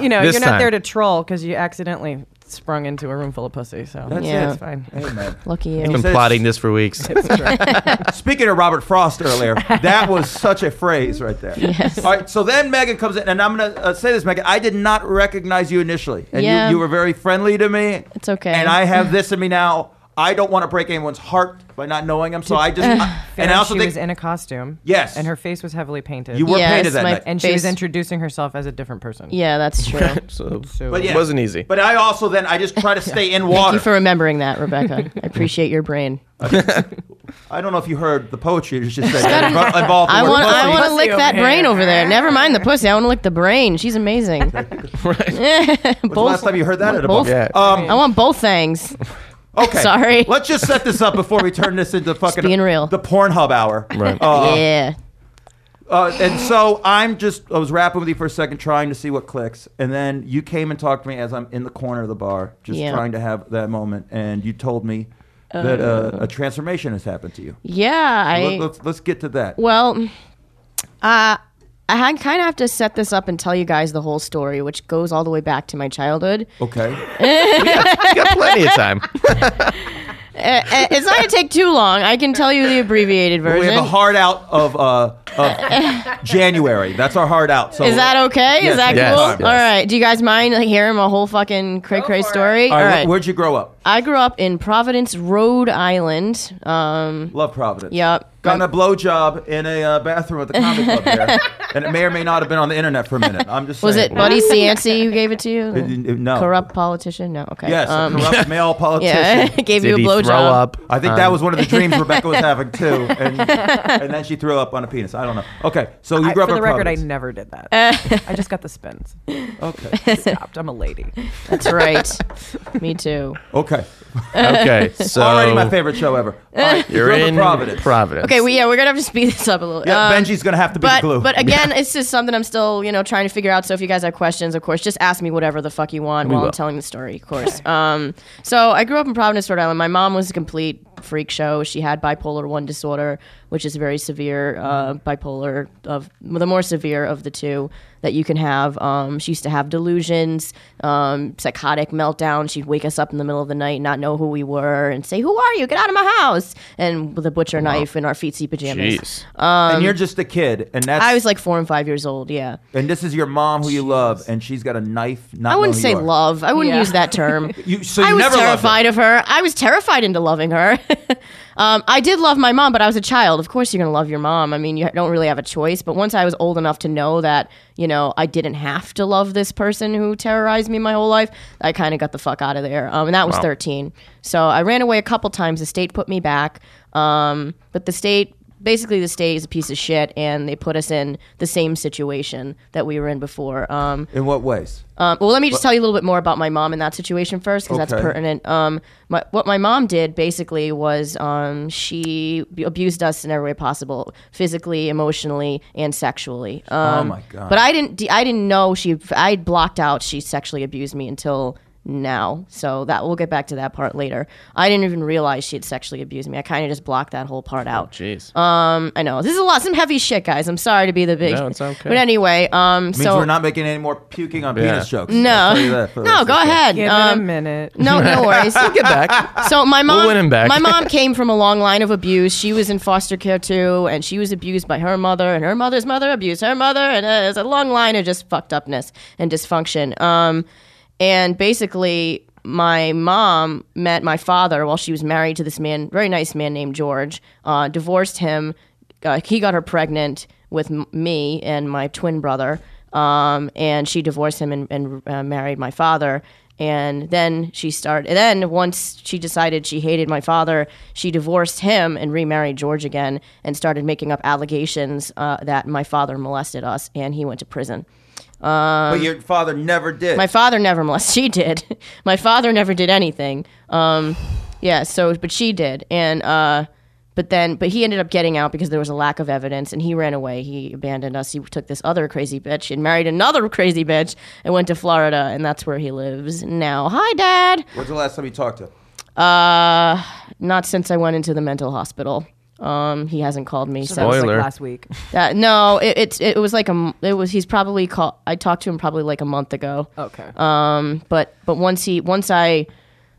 Speaker 4: you know,
Speaker 5: This
Speaker 4: you're not
Speaker 5: time.
Speaker 4: there to troll because you accidentally sprung into a room full of pussy. So
Speaker 3: that's
Speaker 6: Yeah.
Speaker 3: it.
Speaker 4: it's fine.
Speaker 3: Amen.
Speaker 6: Lucky
Speaker 5: I've
Speaker 6: you.
Speaker 5: been
Speaker 3: says-
Speaker 5: plotting this
Speaker 3: [laughs]
Speaker 5: for weeks. [laughs]
Speaker 3: Speaking of Robert Frost
Speaker 6: [laughs]
Speaker 3: earlier, that was such a phrase right there. Yes. All right, so then Megan comes in, and I'm going to uh, say this, Megan. I did not recognize you initially, and
Speaker 6: Yeah.
Speaker 3: you, you were very friendly to me.
Speaker 6: It's okay.
Speaker 3: And I
Speaker 6: [laughs]
Speaker 3: have this in me now. I don't want to break anyone's heart by not knowing him, so I just.
Speaker 6: [sighs]
Speaker 3: I- and I also
Speaker 4: she
Speaker 3: think
Speaker 4: was in a costume.
Speaker 3: Yes.
Speaker 4: And her face was heavily painted.
Speaker 3: you were
Speaker 6: Yeah,
Speaker 3: painted
Speaker 6: it's
Speaker 3: that
Speaker 6: my-
Speaker 3: night.
Speaker 4: and she was
Speaker 6: face-
Speaker 4: introducing herself as a different person.
Speaker 6: Yeah, that's
Speaker 3: [laughs]
Speaker 6: true. Thank
Speaker 5: so
Speaker 4: So
Speaker 3: but yeah,
Speaker 5: it wasn't easy.
Speaker 3: But I also then I just try
Speaker 6: [laughs]
Speaker 3: to stay in water.
Speaker 6: you for remembering
Speaker 3: [laughs]
Speaker 6: that, Rebecca. I appreciate your brain.
Speaker 3: I don't know if you heard the poetry you
Speaker 6: [laughs]
Speaker 3: just said. that invo- involved the
Speaker 6: I
Speaker 3: word
Speaker 6: want I
Speaker 3: pussy.
Speaker 6: want to
Speaker 4: Pussy
Speaker 6: lick
Speaker 4: over
Speaker 6: that
Speaker 4: here.
Speaker 6: brain over there. Never mind the pussy. I want to lick the brain.
Speaker 3: [laughs]
Speaker 6: She's amazing. [laughs]
Speaker 3: When's the last time you heard that at a bar?
Speaker 6: Both.
Speaker 5: yeah.
Speaker 6: I want both things.
Speaker 3: [laughs] Okay.
Speaker 6: Sorry.
Speaker 3: Let's just set this up before we turn this into fucking
Speaker 6: being real.
Speaker 3: the Pornhub hour.
Speaker 5: Right.
Speaker 3: Uh,
Speaker 6: yeah.
Speaker 3: uh, and so I'm just I was rapping with you for a second, trying to see what clicks, and then you came and talked to me as I'm in the corner of the bar, just
Speaker 6: Yeah.
Speaker 3: trying to have that moment, and you told me that uh, a transformation has happened to you.
Speaker 6: Yeah. I.
Speaker 3: Let, let's let's get to that.
Speaker 6: Well, uh, I had kind of have to set this up and tell you guys the whole story, which goes all the way back to
Speaker 3: [laughs]
Speaker 6: my childhood.
Speaker 3: Okay.
Speaker 5: You got plenty
Speaker 3: [laughs]
Speaker 5: of time.
Speaker 6: Uh, uh, it's not gonna take too long. I can tell you the abbreviated version.
Speaker 3: we have a hard out of uh
Speaker 6: [laughs]
Speaker 3: of January. That's our hard out. So
Speaker 6: Is that okay?
Speaker 3: Yes,
Speaker 6: Is that
Speaker 5: yes,
Speaker 6: cool?
Speaker 5: yes.
Speaker 6: All right. Do you guys mind like, hearing a whole fucking cray cray story?
Speaker 3: All right, wh- Where'd you grow up?
Speaker 6: I grew up in Providence, Rhode Island. Um,
Speaker 3: Love Providence.
Speaker 6: yep.
Speaker 3: Gotten a blowjob in a uh, bathroom at the comedy club
Speaker 6: [laughs]
Speaker 3: there, and it may or may not have been on the internet for a minute. I'm just
Speaker 6: Was
Speaker 3: saying.
Speaker 6: it Buddy Cianci who gave it to you?
Speaker 3: It- it- no.
Speaker 6: Corrupt politician? No. Okay.
Speaker 3: Yes,
Speaker 6: Um,
Speaker 3: a corrupt male
Speaker 6: [laughs] yeah.
Speaker 3: politician.
Speaker 6: [laughs] gave
Speaker 5: Did
Speaker 6: you
Speaker 5: he
Speaker 6: a
Speaker 5: throw
Speaker 6: blowjob.
Speaker 5: up?
Speaker 3: I think that was one of the
Speaker 6: [laughs]
Speaker 3: dreams Rebecca was having too, and, and then she threw up on a penis. I don't know. Okay, so you
Speaker 4: I,
Speaker 3: grew up
Speaker 4: for
Speaker 3: in
Speaker 4: the record, I
Speaker 3: Providence.
Speaker 4: never did
Speaker 3: [laughs]
Speaker 4: that. I just got the spins.
Speaker 3: Okay,
Speaker 4: [laughs] Stopped. I'm a lady.
Speaker 6: That's right. Me too.
Speaker 3: okay.
Speaker 5: [laughs] Okay. So
Speaker 3: Already my favorite show
Speaker 6: [laughs]
Speaker 3: ever. All right, you
Speaker 5: You're
Speaker 3: grew up
Speaker 5: in
Speaker 3: Providence.
Speaker 5: Providence.
Speaker 6: Okay, we, yeah, we're gonna have to speed this up a little.
Speaker 3: yeah,
Speaker 6: Um,
Speaker 3: Benji's gonna have to be
Speaker 6: but
Speaker 3: the glue.
Speaker 6: but again, it's just something I'm still you know trying to figure out. So if you guys have questions, of course, just ask me whatever the fuck you want while
Speaker 5: will.
Speaker 6: I'm telling the story. Of course. um, so I grew up in Providence, Rhode Island. My mom was a complete freak show. She had bipolar one disorder, which is very severe. Uh, bipolar of the more severe of the two that you can have. Um, she used to have delusions, um, psychotic meltdowns. She'd wake us up in the middle of the night, not know who we were, and say, "Who are you? Get out of my house!" And with a butcher knife and our feetsy pajamas.
Speaker 5: Jeez.
Speaker 3: and you're just a kid, and that's
Speaker 6: um, I was like four and five years old. Yeah.
Speaker 3: and this is your mom who you love, and she's got a knife. Not
Speaker 6: I
Speaker 3: knowing
Speaker 6: wouldn't
Speaker 3: who
Speaker 6: say
Speaker 3: you are.
Speaker 6: love. I wouldn't
Speaker 4: Yeah.
Speaker 6: use that term.
Speaker 3: You, so you
Speaker 6: I was
Speaker 3: never loved her.
Speaker 6: terrified of her. I was terrified into loving her. [laughs] um, I did love my mom, but I was a child. Of course, you're going to love your mom. I mean, you don't really have a choice. But once I was old enough to know that, you know, I didn't have to love this person who terrorized me my whole life, I kind of got the fuck out of there. Um, and that was 13. So I ran away a couple times. The state put me back. Um, but the state basically the state is a piece of shit and they put us in the same situation that we were in before um,
Speaker 3: In what ways?
Speaker 6: um, well, let me just tell you a little bit more about my mom in that situation first, because
Speaker 3: Okay.
Speaker 6: that's pertinent. Um, my, what my mom did basically was um, she b- abused us in every way possible, physically, emotionally, and sexually. Um,
Speaker 3: Oh my God.
Speaker 6: But I didn't, d- I didn't know she. I had blocked out she sexually abused me until now. So that we'll get back to that part later. I didn't even realize she had sexually abused me. I kind of just blocked that whole part out.
Speaker 5: Jeez.
Speaker 3: uh,
Speaker 6: I know this is a lot, some heavy shit, guys. I'm sorry to be the big.
Speaker 5: No, it's okay.
Speaker 6: But anyway, um,
Speaker 3: Means
Speaker 6: so
Speaker 3: we're
Speaker 6: [laughs]
Speaker 3: not making any more puking on
Speaker 5: Yeah.
Speaker 3: penis jokes.
Speaker 6: no,
Speaker 3: I'll tell you that for the
Speaker 6: no,
Speaker 3: rest
Speaker 6: go
Speaker 3: of the show.
Speaker 6: ahead.
Speaker 4: Give
Speaker 6: Um,
Speaker 4: it a minute.
Speaker 6: no, no worries.
Speaker 5: Get back.
Speaker 6: So my mom,
Speaker 5: win him back.
Speaker 6: my mom
Speaker 5: [laughs]
Speaker 6: came from a long line of abuse. She was in foster care too, and she was abused by her mother, and her mother's mother abused her mother, and uh, it's a long line of just fucked upness and dysfunction. Um, and basically, my mom met my father while she was married to this man, very nice man named George. Uh, divorced him. Uh, he got her pregnant with m- me and my twin brother. Um, and she divorced him and, and uh, married my father and then she started then once she decided she hated my father she divorced him and remarried george again and started making up allegations uh, that my father molested us and he went to prison
Speaker 3: but your father never did.
Speaker 6: My father never molested. [laughs] She did. My father never did anything. Um, yeah. So, but she did, and uh, but then, but he ended up getting out because there was a lack of evidence, and he ran away. He abandoned us. He took this other crazy bitch and married another [laughs] crazy bitch, and went to Florida, and that's where he lives now. Hi, Dad.
Speaker 3: When's the last time you talked to him?
Speaker 6: Uh, not since I went into the mental hospital. Um, he hasn't called me.
Speaker 4: That
Speaker 6: So
Speaker 4: was like
Speaker 5: Spoiler.
Speaker 4: last week.
Speaker 6: that, no, it, it it was like a m- it was he's probably called. I talked to him probably like a month ago.
Speaker 4: Okay.
Speaker 6: but but once he once I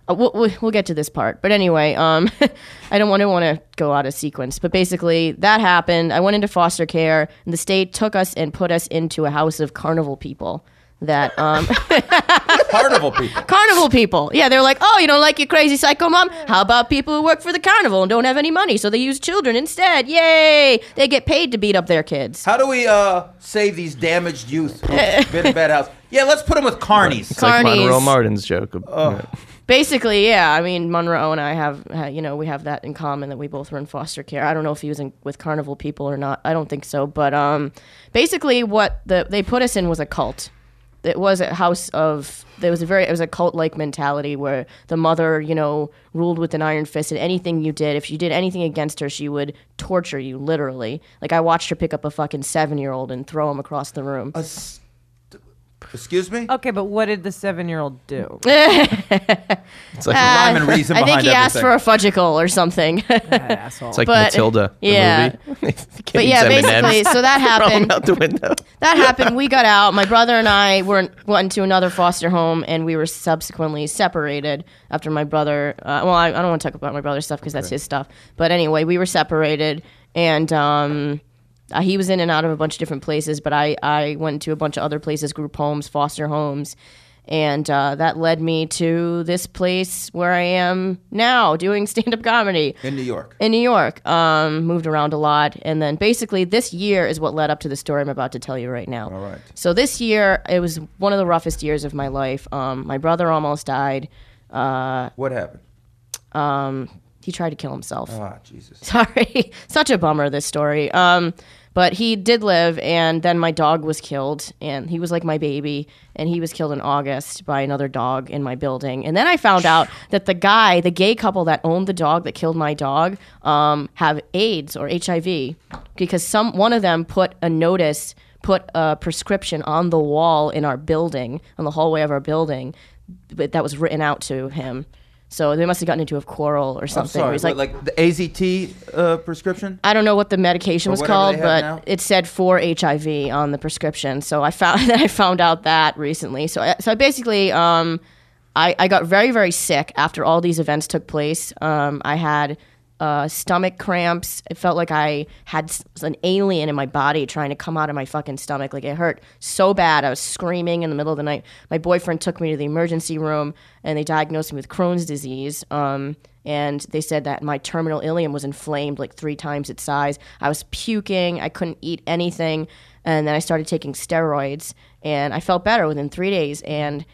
Speaker 6: uh, we'll, we'll we'll get to this part. But anyway, um, [laughs] I don't want to want to go out of sequence. But basically, that happened. I went into foster care, and the state took us and put us into a house of carnival people. That um, [laughs]
Speaker 3: Carnival people.
Speaker 6: carnival people, yeah, they're like, oh, you don't like your crazy psycho mom? How about people who work for the carnival and don't have any money, so they use children instead? Yay! They get paid to beat up their kids.
Speaker 3: How do we uh, save these damaged
Speaker 6: [laughs]
Speaker 3: youth from been in bad house? Yeah, let's put them with carnies. Uh,
Speaker 5: It's like
Speaker 6: Carnies.
Speaker 5: Monroe Martin's joke. Yeah.
Speaker 6: Basically, yeah. I mean, Monroe and I have, ha- you know, we have that in common that we both were in foster care. I don't know if he was in, with Carnival people or not. I don't think so. But um, basically, what the, they put us in was a cult. It was a house of. There was a very. It was a cult-like mentality where the mother, you know, ruled with an iron fist, and anything you did, if you did anything against her, she would torture you literally. Like I watched her pick up a fucking seven-year-old and throw him across the room.
Speaker 3: Us- Excuse
Speaker 6: Oh,
Speaker 3: me?
Speaker 4: okay, but what did the seven-year-old
Speaker 3: [laughs]
Speaker 4: do?
Speaker 5: It's like,
Speaker 3: Rhyme and reason
Speaker 6: I think
Speaker 3: behind
Speaker 6: he asked
Speaker 3: everything.
Speaker 6: for a fudgicle or something. [laughs]
Speaker 4: asshole.
Speaker 5: it's like
Speaker 6: but-
Speaker 5: Matilda. the
Speaker 6: yeah.
Speaker 5: movie. [laughs]
Speaker 6: but yeah, basically,
Speaker 3: [laughs]
Speaker 6: so that [laughs] happened.
Speaker 5: out the window.
Speaker 6: that happened. We got out. My brother and I were went to another foster home, and we were subsequently separated after my brother. Uh, well, I, I don't want to talk about my brother's stuff because that's his stuff. But anyway, we were separated, and um, uh, he was in and out of a bunch of different places. But I I went to a bunch of other places, group homes, foster homes. And uh, that led me to this place where I am now doing [laughs] stand up comedy
Speaker 3: In New York.
Speaker 6: in New York. Um, moved around a lot, and then basically this year is what led up to the story I'm about to tell you right now. All
Speaker 3: right.
Speaker 6: So this year, it was one of the roughest years of my life. Um, my brother almost died.
Speaker 3: What happened?
Speaker 6: He tried to kill himself.
Speaker 3: Ah, Jesus.
Speaker 6: [laughs] Sorry, such a bummer. This story. Um, but he did live, and then my dog was killed, and he was like my baby, and he was killed in August by another dog in my building. And then I found out that the guy, the gay couple that owned the dog that killed my dog, um, have AIDS or HIV because some one of them put a notice, put a prescription on the wall in our building, on the hallway of our building, but that was written out to him. So they must have gotten into a quarrel or something.
Speaker 3: Sorry,
Speaker 6: He's
Speaker 3: what,
Speaker 6: like,
Speaker 3: like, the AZT uh, prescription?
Speaker 6: I don't know what the medication was
Speaker 3: whatever they
Speaker 6: called,
Speaker 3: have
Speaker 6: but
Speaker 3: now?
Speaker 6: it said for HIV on the prescription. So I found [laughs] I found out that recently. So I, so I basically, um, I, I got very very sick after all these events took place. Um, I had uh, stomach cramps. It felt like I had s- an alien in my body trying to come out of my fucking stomach. Like it hurt so bad. I was screaming in the middle of the night. My boyfriend took me to the emergency room, and they diagnosed me with Crohn's disease. Um, and they said that my terminal ileum was inflamed like three times its size. I was puking, I couldn't eat anything, and then I started taking steroids, and I felt better within three days. And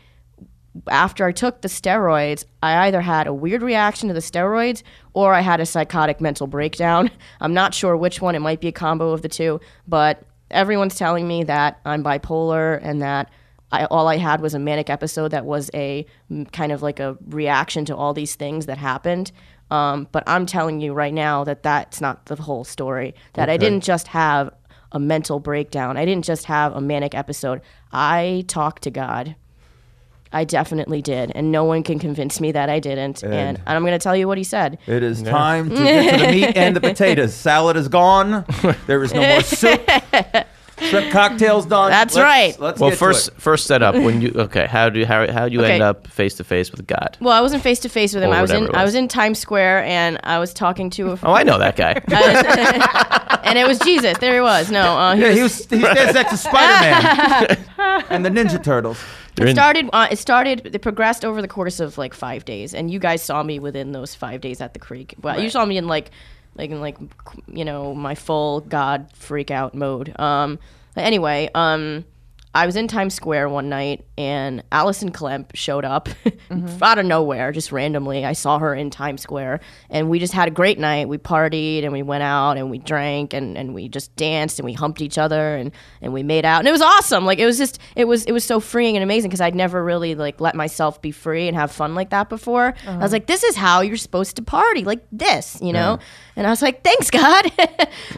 Speaker 6: after I took the steroids, I either had a weird reaction to the steroids or I had a psychotic mental breakdown. [laughs] I'm not sure which one, it might be a combo of the two, but everyone's telling me that I'm bipolar and that I, all I had was a manic episode that was a mm, kind of like a reaction to all these things that happened. Um, but I'm telling you right now that that's not the whole story. That I didn't just have a mental breakdown, I didn't just have a manic episode. I talked to God. I definitely did, and no one can convince me that I didn't. And, I'm going to tell you what he said.
Speaker 3: It is time to get to the meat
Speaker 6: [laughs]
Speaker 3: and the potatoes. Salad is gone. There is no more soup.
Speaker 6: [laughs]
Speaker 3: Shrimp cocktails done.
Speaker 6: That's
Speaker 3: Let's-
Speaker 6: right.
Speaker 3: Let's
Speaker 5: Well,
Speaker 3: get to
Speaker 5: first,
Speaker 3: it.
Speaker 5: first set up when you okay. How do how how do you
Speaker 6: Okay.
Speaker 5: end up face to face with God?
Speaker 6: Well, I wasn't face to face with him.
Speaker 5: Or
Speaker 6: I was in
Speaker 5: whatever it
Speaker 6: I
Speaker 5: was.
Speaker 6: was in Times Square, and I was talking
Speaker 5: [laughs]
Speaker 6: to a
Speaker 5: Oh, I know that
Speaker 6: [laughs]
Speaker 5: guy.
Speaker 6: and it was Jesus. There he was. No, uh,
Speaker 5: [laughs]
Speaker 6: he
Speaker 3: Yeah,
Speaker 6: was-
Speaker 3: he, was, he stands next to Spider
Speaker 6: [laughs]
Speaker 3: Man and the Ninja Turtles.
Speaker 5: You're in-
Speaker 6: started. Uh, it started. It progressed over the course of like five days, and you guys saw me within those five days at the creek. Well, you saw me in like, like in like, you know, my full God freak out mode. Um. Anyway, um. I was in Times Square one night and Allison Klemp showed up [laughs] out of nowhere, just randomly. I saw her in Times Square and we just had a great night. We partied and we went out and we drank and, and we just danced and we humped each other and, and we made out and it was awesome. Like it was just it was it was so freeing and amazing because I'd never really like let myself be free and have fun like that before. I was like, this is how you're supposed to party, like this, you know? And I was like, thanks [laughs] God.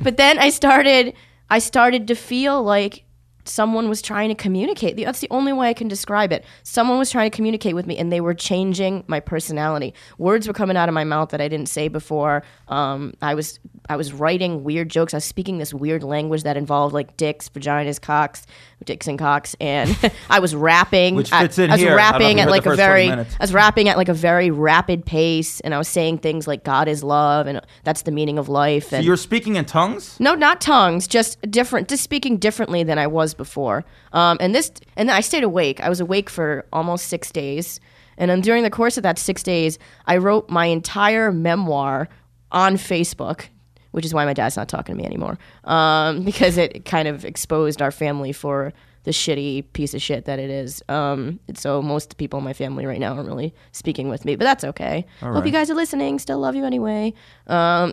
Speaker 6: but then I started I started to feel like someone was trying to communicate. That's the only way I can describe it. Someone was trying to communicate with me, and they were changing my personality. Words were coming out of my mouth that I didn't say before. Um, I was I was writing weird jokes. I was speaking this weird language that involved like dicks, vaginas, cocks, dicks and cocks, and [laughs] I was rapping.
Speaker 3: Which
Speaker 6: I-
Speaker 3: fits in
Speaker 6: I was
Speaker 3: here. I don't know if
Speaker 6: rapping
Speaker 3: you
Speaker 6: at
Speaker 3: heard
Speaker 6: like
Speaker 3: the
Speaker 6: a
Speaker 3: first 20
Speaker 6: very
Speaker 3: minutes.
Speaker 6: I was rapping at like a very rapid pace, and I was saying things like "God is love" and that's the meaning of life. And
Speaker 3: You're speaking in tongues?
Speaker 6: no, not tongues, just different, just speaking differently than I was before. Um, and this, and I stayed awake. I was awake for almost six days, and then during the course of that six days, I wrote my entire memoir on Facebook, which is why my dad's not talking to me anymore, um, [laughs] because it kind of exposed our family for the shitty piece of shit that it is. Um, and so most people in my family right now aren't really speaking with me, but that's okay. Hope you guys are listening. Still love you anyway. Um,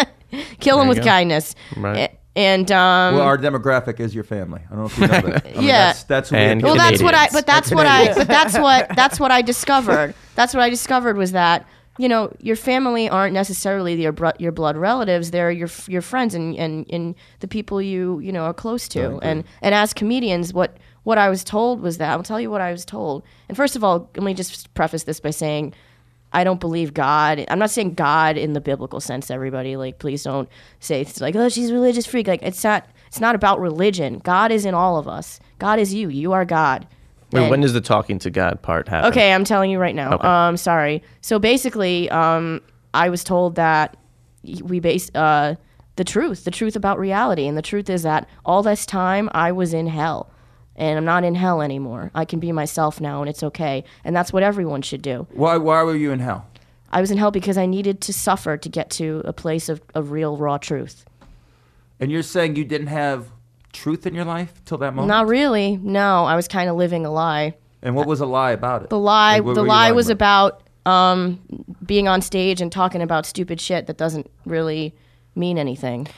Speaker 6: [laughs] kill them with
Speaker 5: go.
Speaker 6: kindness.
Speaker 5: Right.
Speaker 6: A- And um,
Speaker 3: Well, our demographic is your family. I don't know if you know
Speaker 6: [laughs]
Speaker 3: that. I mean,
Speaker 6: Yeah.
Speaker 3: That's, that's weird.
Speaker 5: And
Speaker 6: well, that's what I.
Speaker 5: Canadians.
Speaker 6: But that's what I. But that's [laughs] what that's what I discovered. That's what I discovered was that you know your family aren't necessarily your bro- your blood relatives. They're your f- your friends and, and and the people you you know are close to. And and as comedians, what what I was told was that I'll tell you what I was told. And first of all, let me just preface this by saying I don't believe God. I'm not saying God in the biblical sense. Everybody, like, please don't say it's like, oh, she's a religious freak. Like, it's not. It's not about religion. God is in all of us. God is you. You are God.
Speaker 5: Wait,
Speaker 6: And-
Speaker 5: when does the talking to God part happen?
Speaker 6: Okay, I'm telling you right now.
Speaker 5: Okay.
Speaker 6: Um, sorry. So basically, um, I was told that y- we base uh, the truth, the truth about reality, and the truth is that all this time I was in hell, and I'm not in hell anymore. I can be myself now, and it's okay. And that's what everyone should do.
Speaker 3: why, why were you in hell?
Speaker 6: I was in hell because I needed to suffer to get to a place of, of real, raw truth.
Speaker 3: And you're saying you didn't have truth in your life till that moment?
Speaker 6: Not really. No, I was kind of living a lie.
Speaker 3: and what was a lie about it?
Speaker 6: The lie.
Speaker 3: Like, what
Speaker 6: the
Speaker 3: were you
Speaker 6: lie
Speaker 3: lying
Speaker 6: was
Speaker 3: about?
Speaker 6: about um, being on stage and talking about stupid shit that doesn't really mean anything.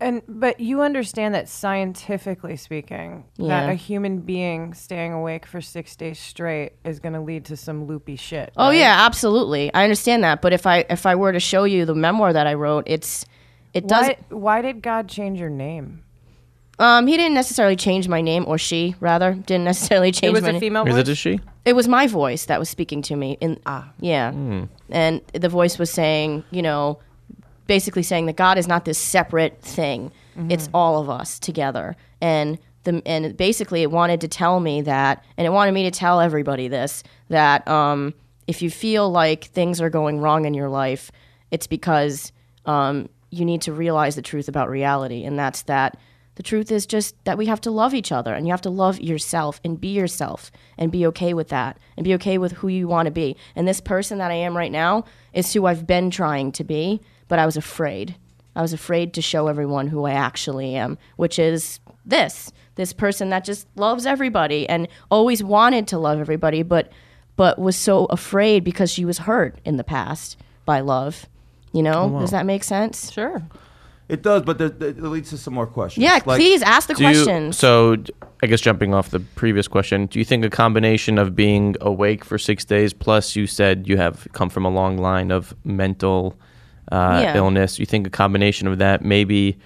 Speaker 4: And but you understand that scientifically speaking,
Speaker 6: Yeah.
Speaker 4: that a human being staying awake for six days straight is going to lead to some loopy shit.
Speaker 6: Oh
Speaker 4: right?
Speaker 6: yeah, absolutely. I understand that. But if I if I were to show you the memoir that I wrote, it's it does.
Speaker 4: Why, why did God change your name?
Speaker 6: Um, he didn't necessarily change my name, or she rather didn't necessarily [laughs] change
Speaker 4: It was
Speaker 6: my
Speaker 4: a
Speaker 6: name.
Speaker 4: female
Speaker 5: Is
Speaker 4: voice.
Speaker 5: it a she?
Speaker 6: it was my voice that was speaking to me in ah yeah and the voice was saying you know basically saying that god is not this separate thing it's all of us together and the and basically it wanted to tell me that and it wanted me to tell everybody this that um if you feel like things are going wrong in your life it's because um you need to realize the truth about reality and that's that the truth is just that we have to love each other and you have to love yourself and be yourself and be okay with that and be okay with who you want to be. And this person that I am right now is who I've been trying to be, but I was afraid. I was afraid to show everyone who I actually am, which is this this person that just loves everybody and always wanted to love everybody, but but was so afraid because she was hurt in the past by love. You know, does that make sense?
Speaker 4: Sure.
Speaker 3: It does, but there, there- it leads to some more questions.
Speaker 6: Yeah,
Speaker 3: Like,
Speaker 6: please ask the
Speaker 5: Do you,
Speaker 6: questions.
Speaker 5: so, d- I guess jumping off the previous question, do you think a combination of being awake for six days, plus you said you have come from a long line of mental uh,
Speaker 6: Yeah.
Speaker 5: illness, you think a combination of that maybe?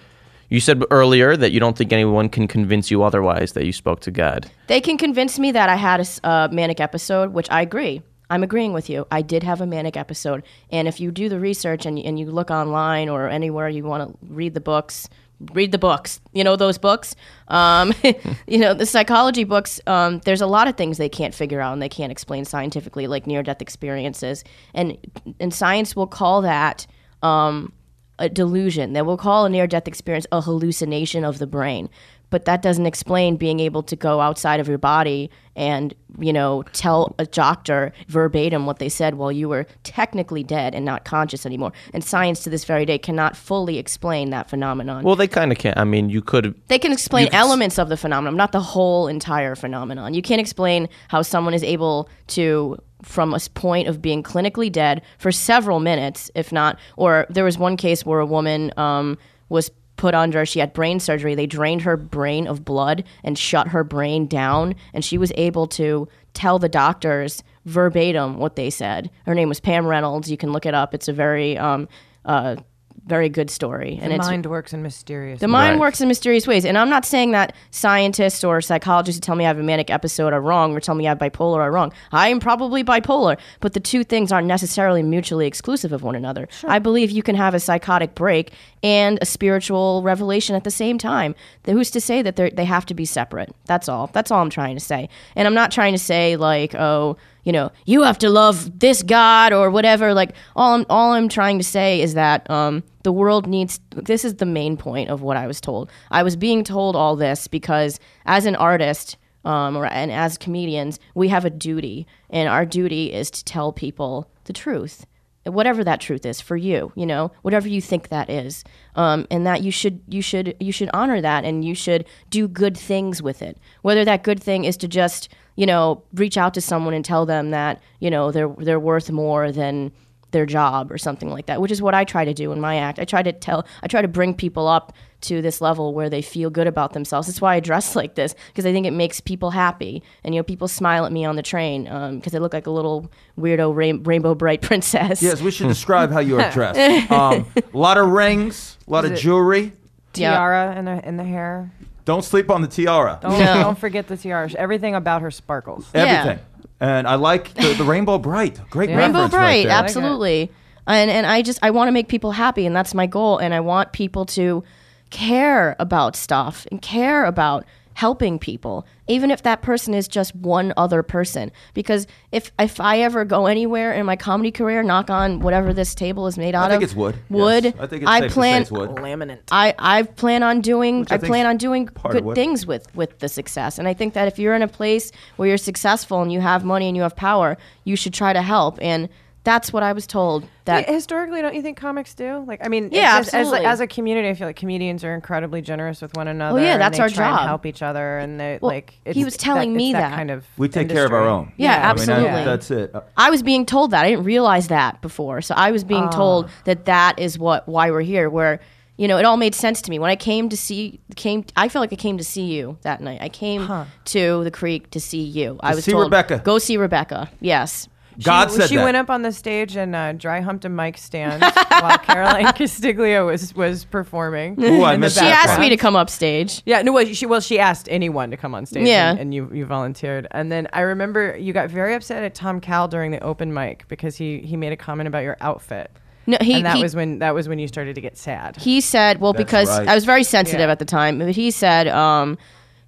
Speaker 5: You said earlier that you don't think anyone can convince you otherwise that you spoke to God.
Speaker 6: They can convince me that I had a s- a manic episode, which I agree. I'm agreeing with you. I did have a manic episode. And if you do the research and, and you look online or anywhere you want to read the books, read the books. You know those books? Um, [laughs] you know, the psychology books, um, there's a lot of things they can't figure out and they can't explain scientifically, like near death experiences. And, and science will call that um, a delusion that we'll call a near death experience a hallucination of the brain. But that doesn't explain being able to go outside of your body and, you know, tell a doctor verbatim what they said while you were technically dead and not conscious anymore. And science to this very day cannot fully explain that phenomenon.
Speaker 5: Well, they kind of can't. I mean, you could.
Speaker 6: They can explain elements of the phenomenon, not the whole entire phenomenon. You can't explain how someone is able to, from a s- point of being clinically dead for several minutes, if not, or there was one case where a woman um, was put under, she had brain surgery. They drained her brain of blood and shut her brain down, and she was able to tell the doctors verbatim what they said. Her name was Pam Reynolds. You can look it up. It's a very, um, uh, very good story, and
Speaker 4: The
Speaker 6: it's
Speaker 4: mind works in mysterious.
Speaker 6: the mind
Speaker 5: Right.
Speaker 6: works in mysterious ways. And I'm not saying that scientists or psychologists who tell me I have a manic episode are wrong or tell me I have bipolar are wrong. I am probably bipolar, but the two things aren't necessarily mutually exclusive of one another. I believe you can have a psychotic break and a spiritual revelation at the same time. Th- Who's to say that they're- they have to be separate? That's all. That's all I'm trying to say. And I'm not trying to say, like, oh, you know, you have to love this God or whatever. Like all I'm all I'm trying to say is that um, the world needs. This is the main point of what I was told. I was being told all this because as an artist um, or and as comedians, we have a duty, and our duty is to tell people the truth whatever that truth is for you you know whatever you think that is um, and that you should you should you should honor that and you should do good things with it whether that good thing is to just you know reach out to someone and tell them that you know they're they're worth more than their job or something like that which is what i try to do in my act i try to tell i try to bring people up to this level where they feel good about themselves that's why i dress like this because i think it makes people happy and you know people smile at me on the train because i look like a little weirdo rain- rainbow bright [laughs] princess
Speaker 3: Yes, we should describe how
Speaker 6: [laughs]
Speaker 3: you are dressed. Um, a lot of rings, a lot of jewelry.
Speaker 6: Yeah.
Speaker 4: tiara in the in the hair.
Speaker 3: Don't sleep on the tiara.
Speaker 4: Don't,
Speaker 6: No.
Speaker 4: don't forget the tiara. Everything about her sparkles.
Speaker 3: Everything. And I like the, the rainbow bright. Great
Speaker 4: Yeah.
Speaker 3: reference
Speaker 6: Rainbow
Speaker 3: right
Speaker 6: Bright,
Speaker 3: there.
Speaker 6: absolutely. and and I just I want to make people happy, and that's my goal. And I want people to care about stuff and care about helping people, even if that person is just one other person. Because if if I ever go anywhere in my comedy career, knock on whatever this table is made out
Speaker 3: I think
Speaker 6: of,
Speaker 3: it's wood.
Speaker 6: Wood.
Speaker 3: Yes. I think it's safe
Speaker 6: plan.
Speaker 3: to say it's wood.
Speaker 4: Laminate.
Speaker 6: I, I plan on doing
Speaker 3: I
Speaker 6: I,
Speaker 3: think's
Speaker 6: plan on doing
Speaker 3: part of
Speaker 6: good
Speaker 3: what-
Speaker 6: things with with the success and I think that if you're in a place where you're successful and you have money and you have power you should try to help and that's what I was told that
Speaker 4: Historically, don't you think comics do? Like, I mean,
Speaker 6: Yeah,
Speaker 4: it's just- as,
Speaker 6: absolutely.
Speaker 4: as a community, I feel like comedians are incredibly generous with one another.
Speaker 6: yeah,
Speaker 4: and
Speaker 6: that's
Speaker 4: they
Speaker 6: our
Speaker 4: try and
Speaker 6: job.
Speaker 4: help each other, and they
Speaker 6: Well,
Speaker 4: like.
Speaker 6: he was telling
Speaker 4: it's
Speaker 6: me
Speaker 4: that,
Speaker 6: that.
Speaker 4: kind of.
Speaker 3: We take care of our own.
Speaker 4: industry.
Speaker 6: Yeah,
Speaker 3: I mean, that-
Speaker 6: absolutely.
Speaker 3: that's it. Uh,
Speaker 6: I was being told that I didn't realize that before so I was being
Speaker 4: Ah.
Speaker 6: told that that is what why we're here where you know it all made sense to me when I came to see came I felt like I came to see you that night I came to the creek to see you I was
Speaker 3: see
Speaker 6: told
Speaker 3: Rebecca.
Speaker 6: go see Rebecca yes
Speaker 3: God
Speaker 4: she,
Speaker 3: said
Speaker 4: she
Speaker 3: that.
Speaker 4: went up on the stage and uh, dry humped a mic stand while Caroline [laughs] Castiglia was was
Speaker 6: [laughs]
Speaker 4: performing.
Speaker 3: Ooh, I
Speaker 4: in the
Speaker 3: missed
Speaker 6: she
Speaker 3: that
Speaker 4: background.
Speaker 6: asked me to come up stage
Speaker 4: Yeah, no, well, she well she asked anyone to come on stage.
Speaker 6: Yeah.
Speaker 4: and, and you you volunteered, and then I remember you got very upset at Tom Cal during the open mic because he he made a comment about your outfit.
Speaker 6: no he
Speaker 4: and that
Speaker 6: he,
Speaker 4: was when that was when you started to get sad.
Speaker 6: he said, well, because
Speaker 3: right.
Speaker 6: I was very sensitive
Speaker 4: Yeah.
Speaker 6: at the time, but he said, um,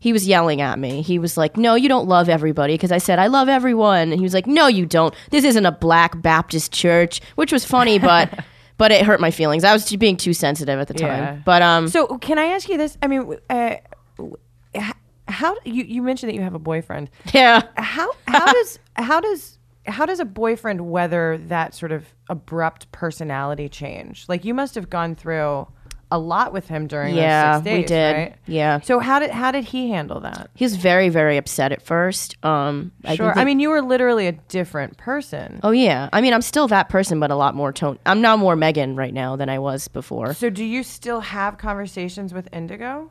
Speaker 6: he was yelling at me. He was like, no, you don't love everybody. Because I said, I love everyone. And he was like, no, you don't. This isn't a black Baptist church, which was
Speaker 4: [laughs]
Speaker 6: funny, but. But it hurt my feelings. I was too- being too sensitive at the time.
Speaker 4: Yeah.
Speaker 6: But um,
Speaker 4: So can I ask you this? I mean, w- uh, w- h- how you you mentioned that you have a
Speaker 6: [laughs]
Speaker 4: boyfriend.
Speaker 6: yeah, [laughs]
Speaker 4: How how does how does how does a boyfriend weather that sort of abrupt personality change? Like you must have gone through a lot with him during
Speaker 6: Yeah,
Speaker 4: those six days,
Speaker 6: we did.
Speaker 4: right?
Speaker 6: Yeah.
Speaker 4: So how did how did he handle that?
Speaker 6: he was very, very upset at first. Um, I
Speaker 4: Sure.
Speaker 6: think
Speaker 4: I
Speaker 6: that-
Speaker 4: mean, you were literally a different person.
Speaker 6: oh yeah. I mean, I'm still that person, but a lot more tone. I'm now more Megan right now than I was before.
Speaker 4: So do you still have conversations with Indigo?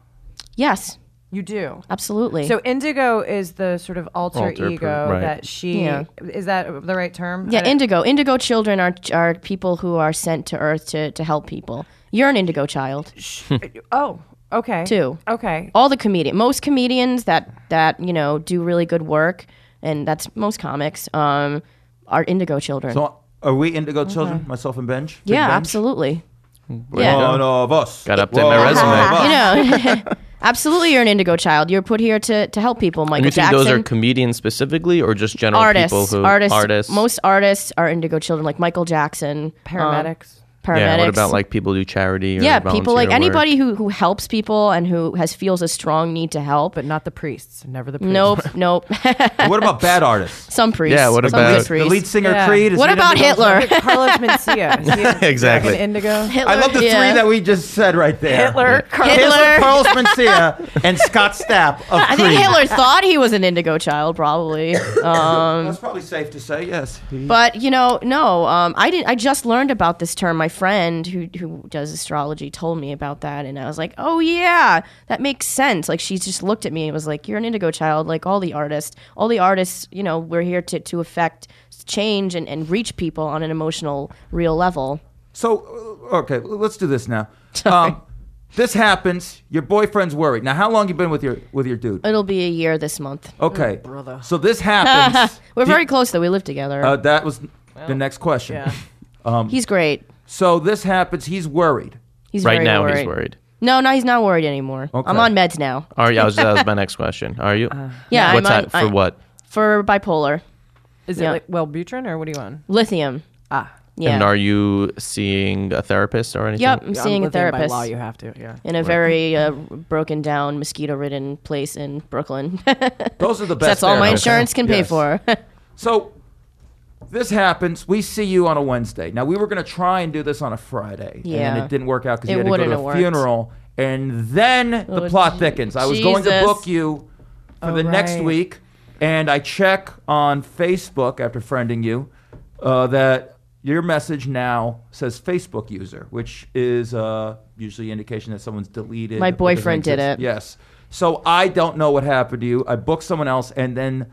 Speaker 6: Yes,
Speaker 4: You do.
Speaker 6: absolutely.
Speaker 4: So Indigo is the sort of alter,
Speaker 5: Alter per-
Speaker 4: ego
Speaker 5: right.
Speaker 4: that she
Speaker 6: Yeah.
Speaker 4: is that the right term? Uh, I
Speaker 6: Yeah,
Speaker 4: don't-
Speaker 6: indigo. Indigo children are are people who are sent to Earth to, to help people. You're an indigo child.
Speaker 4: oh, okay.
Speaker 6: Two.
Speaker 4: Okay.
Speaker 6: All the comedian, most comedians that that you know do really good work, and that's most comics. Um, are indigo children.
Speaker 3: So are we Indigo Children, myself and Benj? Big
Speaker 6: yeah,
Speaker 3: Benj?
Speaker 6: absolutely. Yeah.
Speaker 3: One of us.
Speaker 5: Gotta update
Speaker 3: One
Speaker 5: my
Speaker 3: of
Speaker 5: resume.
Speaker 3: us.
Speaker 6: [laughs] You know,
Speaker 5: [laughs]
Speaker 6: absolutely, you're an indigo child. You're put here to, to help people. Michael
Speaker 5: And you think
Speaker 6: Jackson.
Speaker 5: those are comedians specifically, or just general
Speaker 6: artists,
Speaker 5: people who
Speaker 6: artists,
Speaker 5: artists?
Speaker 6: Most artists are indigo children, like Michael Jackson. um,
Speaker 4: Paramedics.
Speaker 5: Yeah.
Speaker 6: paramedics.
Speaker 5: What about like people who do charity? Or
Speaker 6: yeah, people
Speaker 5: volunteer
Speaker 6: like
Speaker 5: work?
Speaker 6: anybody who, who helps people and who has feels a strong need to help.
Speaker 4: but not the priests. Never the priests.
Speaker 6: nope,
Speaker 5: [laughs]
Speaker 6: nope. [laughs]
Speaker 3: What about bad [laughs] artists?
Speaker 6: Some priests.
Speaker 5: Yeah, what
Speaker 6: Some
Speaker 5: about-
Speaker 6: good
Speaker 5: The
Speaker 3: The
Speaker 6: priests.
Speaker 3: lead singer
Speaker 4: Yeah.
Speaker 3: Creed. is
Speaker 6: What
Speaker 3: he
Speaker 6: about
Speaker 3: gonna be-
Speaker 6: Hitler? [laughs]
Speaker 4: Carlos Mencia. Is he a-
Speaker 5: Exactly.
Speaker 4: an indigo.
Speaker 6: Hitler?
Speaker 3: I love the
Speaker 6: yeah.
Speaker 3: three that we just said right there.
Speaker 4: Hitler. Carlos.
Speaker 6: Hitler.
Speaker 3: Carlos
Speaker 6: [laughs]
Speaker 3: Mencia and Scott Stapp of
Speaker 6: I think Hitler thought he was an indigo child,
Speaker 5: [laughs]
Speaker 6: probably. Um,
Speaker 3: That's probably safe to say, yes. He-
Speaker 6: but you know, no, um, I didn't. I just learned about this term. My friend who who does astrology told me about that, and I was like, oh yeah, that makes sense. Like she just looked at me and was like, you're an indigo child, like all the artists. All the artists, you know, we're here to to affect change and, and reach people on an emotional, real level.
Speaker 3: So, uh, okay, l- let's do this now. Um, this happens. Your boyfriend's worried. Now, how long you been with your with your dude?
Speaker 6: It'll be a year this month.
Speaker 3: Okay, brother. So this happens.
Speaker 6: [laughs] We're
Speaker 3: Do-
Speaker 6: very close though. We live together.
Speaker 3: Uh, that was the next question.
Speaker 4: Yeah.
Speaker 6: he's great.
Speaker 3: So this happens. He's worried.
Speaker 6: He's
Speaker 5: Right
Speaker 6: very
Speaker 5: now,
Speaker 6: worried.
Speaker 5: he's worried.
Speaker 6: No, no, he's not worried anymore.
Speaker 3: Okay.
Speaker 6: I'm on meds now
Speaker 5: Are you? I was- That was my next question. Are [laughs] you?
Speaker 6: yeah,
Speaker 5: What
Speaker 6: I'm on-
Speaker 5: type? For
Speaker 6: I-
Speaker 5: what?
Speaker 6: for bipolar
Speaker 4: Is
Speaker 6: Yeah.
Speaker 4: it like Wellbutrin or what do you on?
Speaker 6: lithium.
Speaker 4: Ah.
Speaker 6: Yeah.
Speaker 5: And are you seeing a therapist or anything?
Speaker 6: Yep, I'm seeing a
Speaker 4: Lithium
Speaker 6: therapist
Speaker 4: By law, you have to. Yeah.
Speaker 6: in a very uh, broken down, mosquito ridden place in Brooklyn. [laughs]
Speaker 3: Those are the best.
Speaker 6: That's all my
Speaker 3: therapists.
Speaker 6: insurance can pay
Speaker 3: Yes.
Speaker 6: for. [laughs]
Speaker 3: So this happens. We see you on a Wednesday. Now we were going to try and do this on a Friday, and
Speaker 6: Yeah.
Speaker 3: then it didn't work out because you had to
Speaker 6: It
Speaker 3: go
Speaker 6: wouldn't
Speaker 3: to
Speaker 6: have
Speaker 3: a
Speaker 6: worked.
Speaker 3: funeral. And then the
Speaker 6: Oh,
Speaker 3: plot
Speaker 6: Je-
Speaker 3: thickens. I was going to
Speaker 6: Jesus.
Speaker 3: book you for the next
Speaker 4: right.
Speaker 3: week, and I check on Facebook after friending you uh, that your message now says Facebook user, which is uh, usually indication that someone's deleted.
Speaker 6: My
Speaker 3: or doesn't
Speaker 6: boyfriend did
Speaker 3: exist.
Speaker 6: it.
Speaker 3: Yes. So I don't know what happened to you. I booked someone else, and then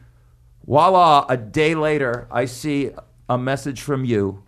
Speaker 3: voila, a day later, I see a message from you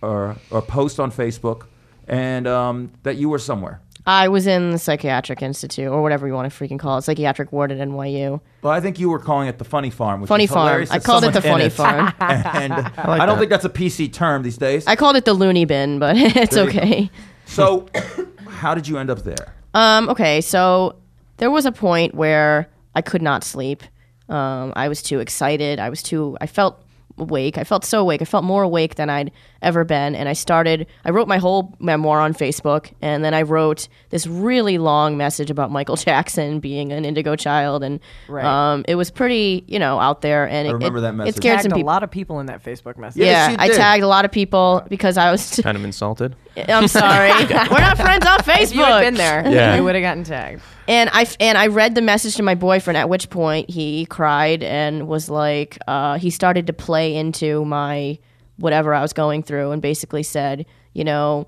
Speaker 3: or, or a post on Facebook and um, that you were somewhere.
Speaker 6: I was in the psychiatric institute or whatever you want to freaking call it, psychiatric ward at NYU.
Speaker 3: Well, I think you were calling it the funny farm. Which
Speaker 6: Funny
Speaker 3: is
Speaker 6: farm.
Speaker 3: hilarious
Speaker 6: I
Speaker 3: that
Speaker 6: called it the
Speaker 3: someone
Speaker 6: funny
Speaker 3: in [laughs]
Speaker 6: farm. [laughs]
Speaker 3: And I, don't think that's a PC term these days.
Speaker 6: I called it the loony bin, but [laughs] it's
Speaker 3: There you go.
Speaker 6: okay.
Speaker 3: so, [clears throat] how did you end up there?
Speaker 6: Um, okay, so there was a point where I could not sleep. Um, I was too excited. I was too. I felt awake. I felt so awake. I felt more awake than I'd ever been. And I started. I wrote my whole memoir on Facebook, and then I wrote this really long message about Michael [laughs] Jackson being an indigo child, and
Speaker 4: Right.
Speaker 6: um, it was pretty, you know, out there. And it,
Speaker 3: remember
Speaker 6: it,
Speaker 3: that message.
Speaker 6: It scared
Speaker 4: Tagged
Speaker 6: some
Speaker 4: a
Speaker 6: people.
Speaker 4: lot of people in that Facebook message.
Speaker 3: Yes,
Speaker 6: yeah,
Speaker 3: you
Speaker 6: I
Speaker 3: did.
Speaker 6: tagged a lot of people because I was. [laughs]
Speaker 5: Kind of insulted.
Speaker 6: I'm
Speaker 3: [laughs]
Speaker 6: sorry, we're not friends on Facebook.
Speaker 4: If you had been there,
Speaker 5: Yeah.
Speaker 4: you would have gotten tagged.
Speaker 6: And I f- and I read the message to my boyfriend. At which point he cried and was like, uh, he started to play into my whatever I was going through, and basically said, you know,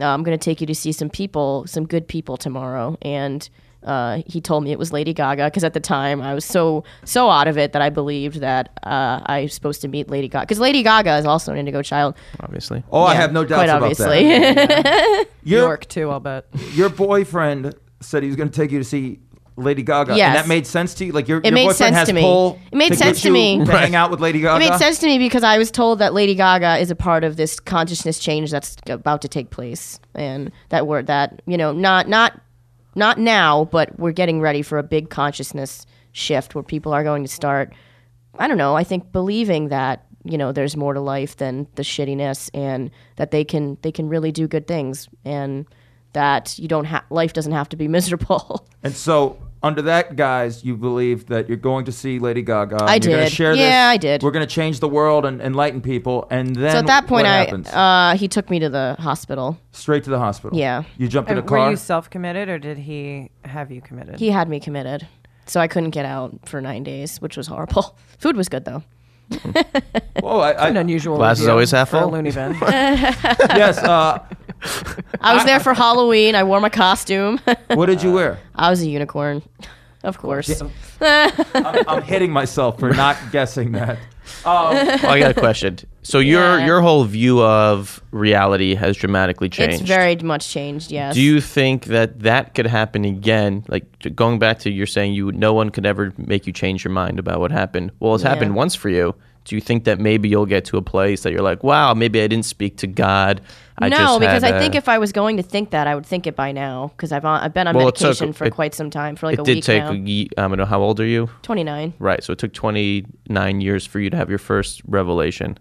Speaker 6: uh, I'm going to take you to see some people, some good people tomorrow. And uh, he told me it was Lady Gaga because at the time I was so so out of it that I believed that uh, I was supposed to meet Lady Gaga because Lady Gaga is also an Indigo child.
Speaker 5: Obviously.
Speaker 3: Oh, I
Speaker 6: Yeah,
Speaker 3: have no doubts
Speaker 6: quite
Speaker 3: about
Speaker 6: obviously. [laughs]
Speaker 3: that.
Speaker 4: New
Speaker 3: Your,
Speaker 4: York too, I'll bet.
Speaker 3: your boyfriend said he was going to take you to see Lady Gaga,
Speaker 6: Yes.
Speaker 3: and that made sense to you. Like your, your
Speaker 6: made
Speaker 3: boyfriend
Speaker 6: sense
Speaker 3: has
Speaker 6: to me.
Speaker 3: pull.
Speaker 6: It made
Speaker 3: to
Speaker 6: sense
Speaker 3: get
Speaker 6: to
Speaker 3: you
Speaker 6: me.
Speaker 3: To hang out with Lady Gaga.
Speaker 6: It made sense to me because I was told that Lady Gaga is a part of this consciousness change that's about to take place, and that word that you know not not not now, but we're getting ready for a big consciousness shift where people are going to start. I don't know. I think believing that you know there's more to life than the shittiness, and that they can they can really do good things, and that you don't have life doesn't have to be [laughs] miserable.
Speaker 3: And so, under that guise, you believe that you're going to see Lady Gaga.
Speaker 6: I
Speaker 3: and You're going
Speaker 6: did.
Speaker 3: to share this.
Speaker 6: Yeah, I did.
Speaker 3: We're going to change the world and enlighten people. And then
Speaker 6: so at that point,
Speaker 3: what
Speaker 6: I
Speaker 3: happens?
Speaker 6: uh, he took me to the hospital.
Speaker 3: Straight to the hospital.
Speaker 6: yeah.
Speaker 3: You jumped in a
Speaker 4: And were
Speaker 3: car.
Speaker 4: you self-committed or did he have you committed?
Speaker 6: he had me committed so i couldn't get out for nine days which was horrible [laughs] food was good though
Speaker 3: Whoa! Oh, I,
Speaker 4: [laughs] an
Speaker 3: I,
Speaker 4: unusual.
Speaker 5: Glass is
Speaker 4: review
Speaker 5: always half
Speaker 4: for a
Speaker 5: full.
Speaker 4: Looney
Speaker 5: [laughs]
Speaker 4: bin.
Speaker 3: yes. Uh,
Speaker 6: i was
Speaker 5: [laughs]
Speaker 6: there for halloween i wore my costume
Speaker 3: what did
Speaker 4: Uh,
Speaker 3: you wear?
Speaker 6: [laughs] i was a unicorn [laughs] of course
Speaker 3: I'm, I'm hitting myself for not guessing
Speaker 6: [laughs]
Speaker 7: Um,
Speaker 3: that.
Speaker 5: Oh, I got a [laughs] question. So your
Speaker 6: Yeah.
Speaker 5: your whole view of reality has dramatically changed.
Speaker 6: it's very much changed yes
Speaker 5: Do you think that that could happen again? Like t- going back to you're saying you no one could ever make you change your mind about what happened. Well, it's happened once for you. Do you think that maybe you'll get to a place that you're like, wow, maybe I didn't speak to God. I
Speaker 6: no
Speaker 5: just
Speaker 6: because
Speaker 5: had
Speaker 6: i think
Speaker 5: a-
Speaker 6: if i was going to think that i would think it by now because i've, on- I've been on
Speaker 5: Well, it took-
Speaker 6: medication for
Speaker 5: it-
Speaker 6: quite some time for like
Speaker 5: it
Speaker 6: a
Speaker 5: did
Speaker 6: week
Speaker 5: take.
Speaker 6: now
Speaker 5: a ye- I don't know how old are you.
Speaker 6: 29
Speaker 5: Right. So it took 29 years for you to have your first revelation.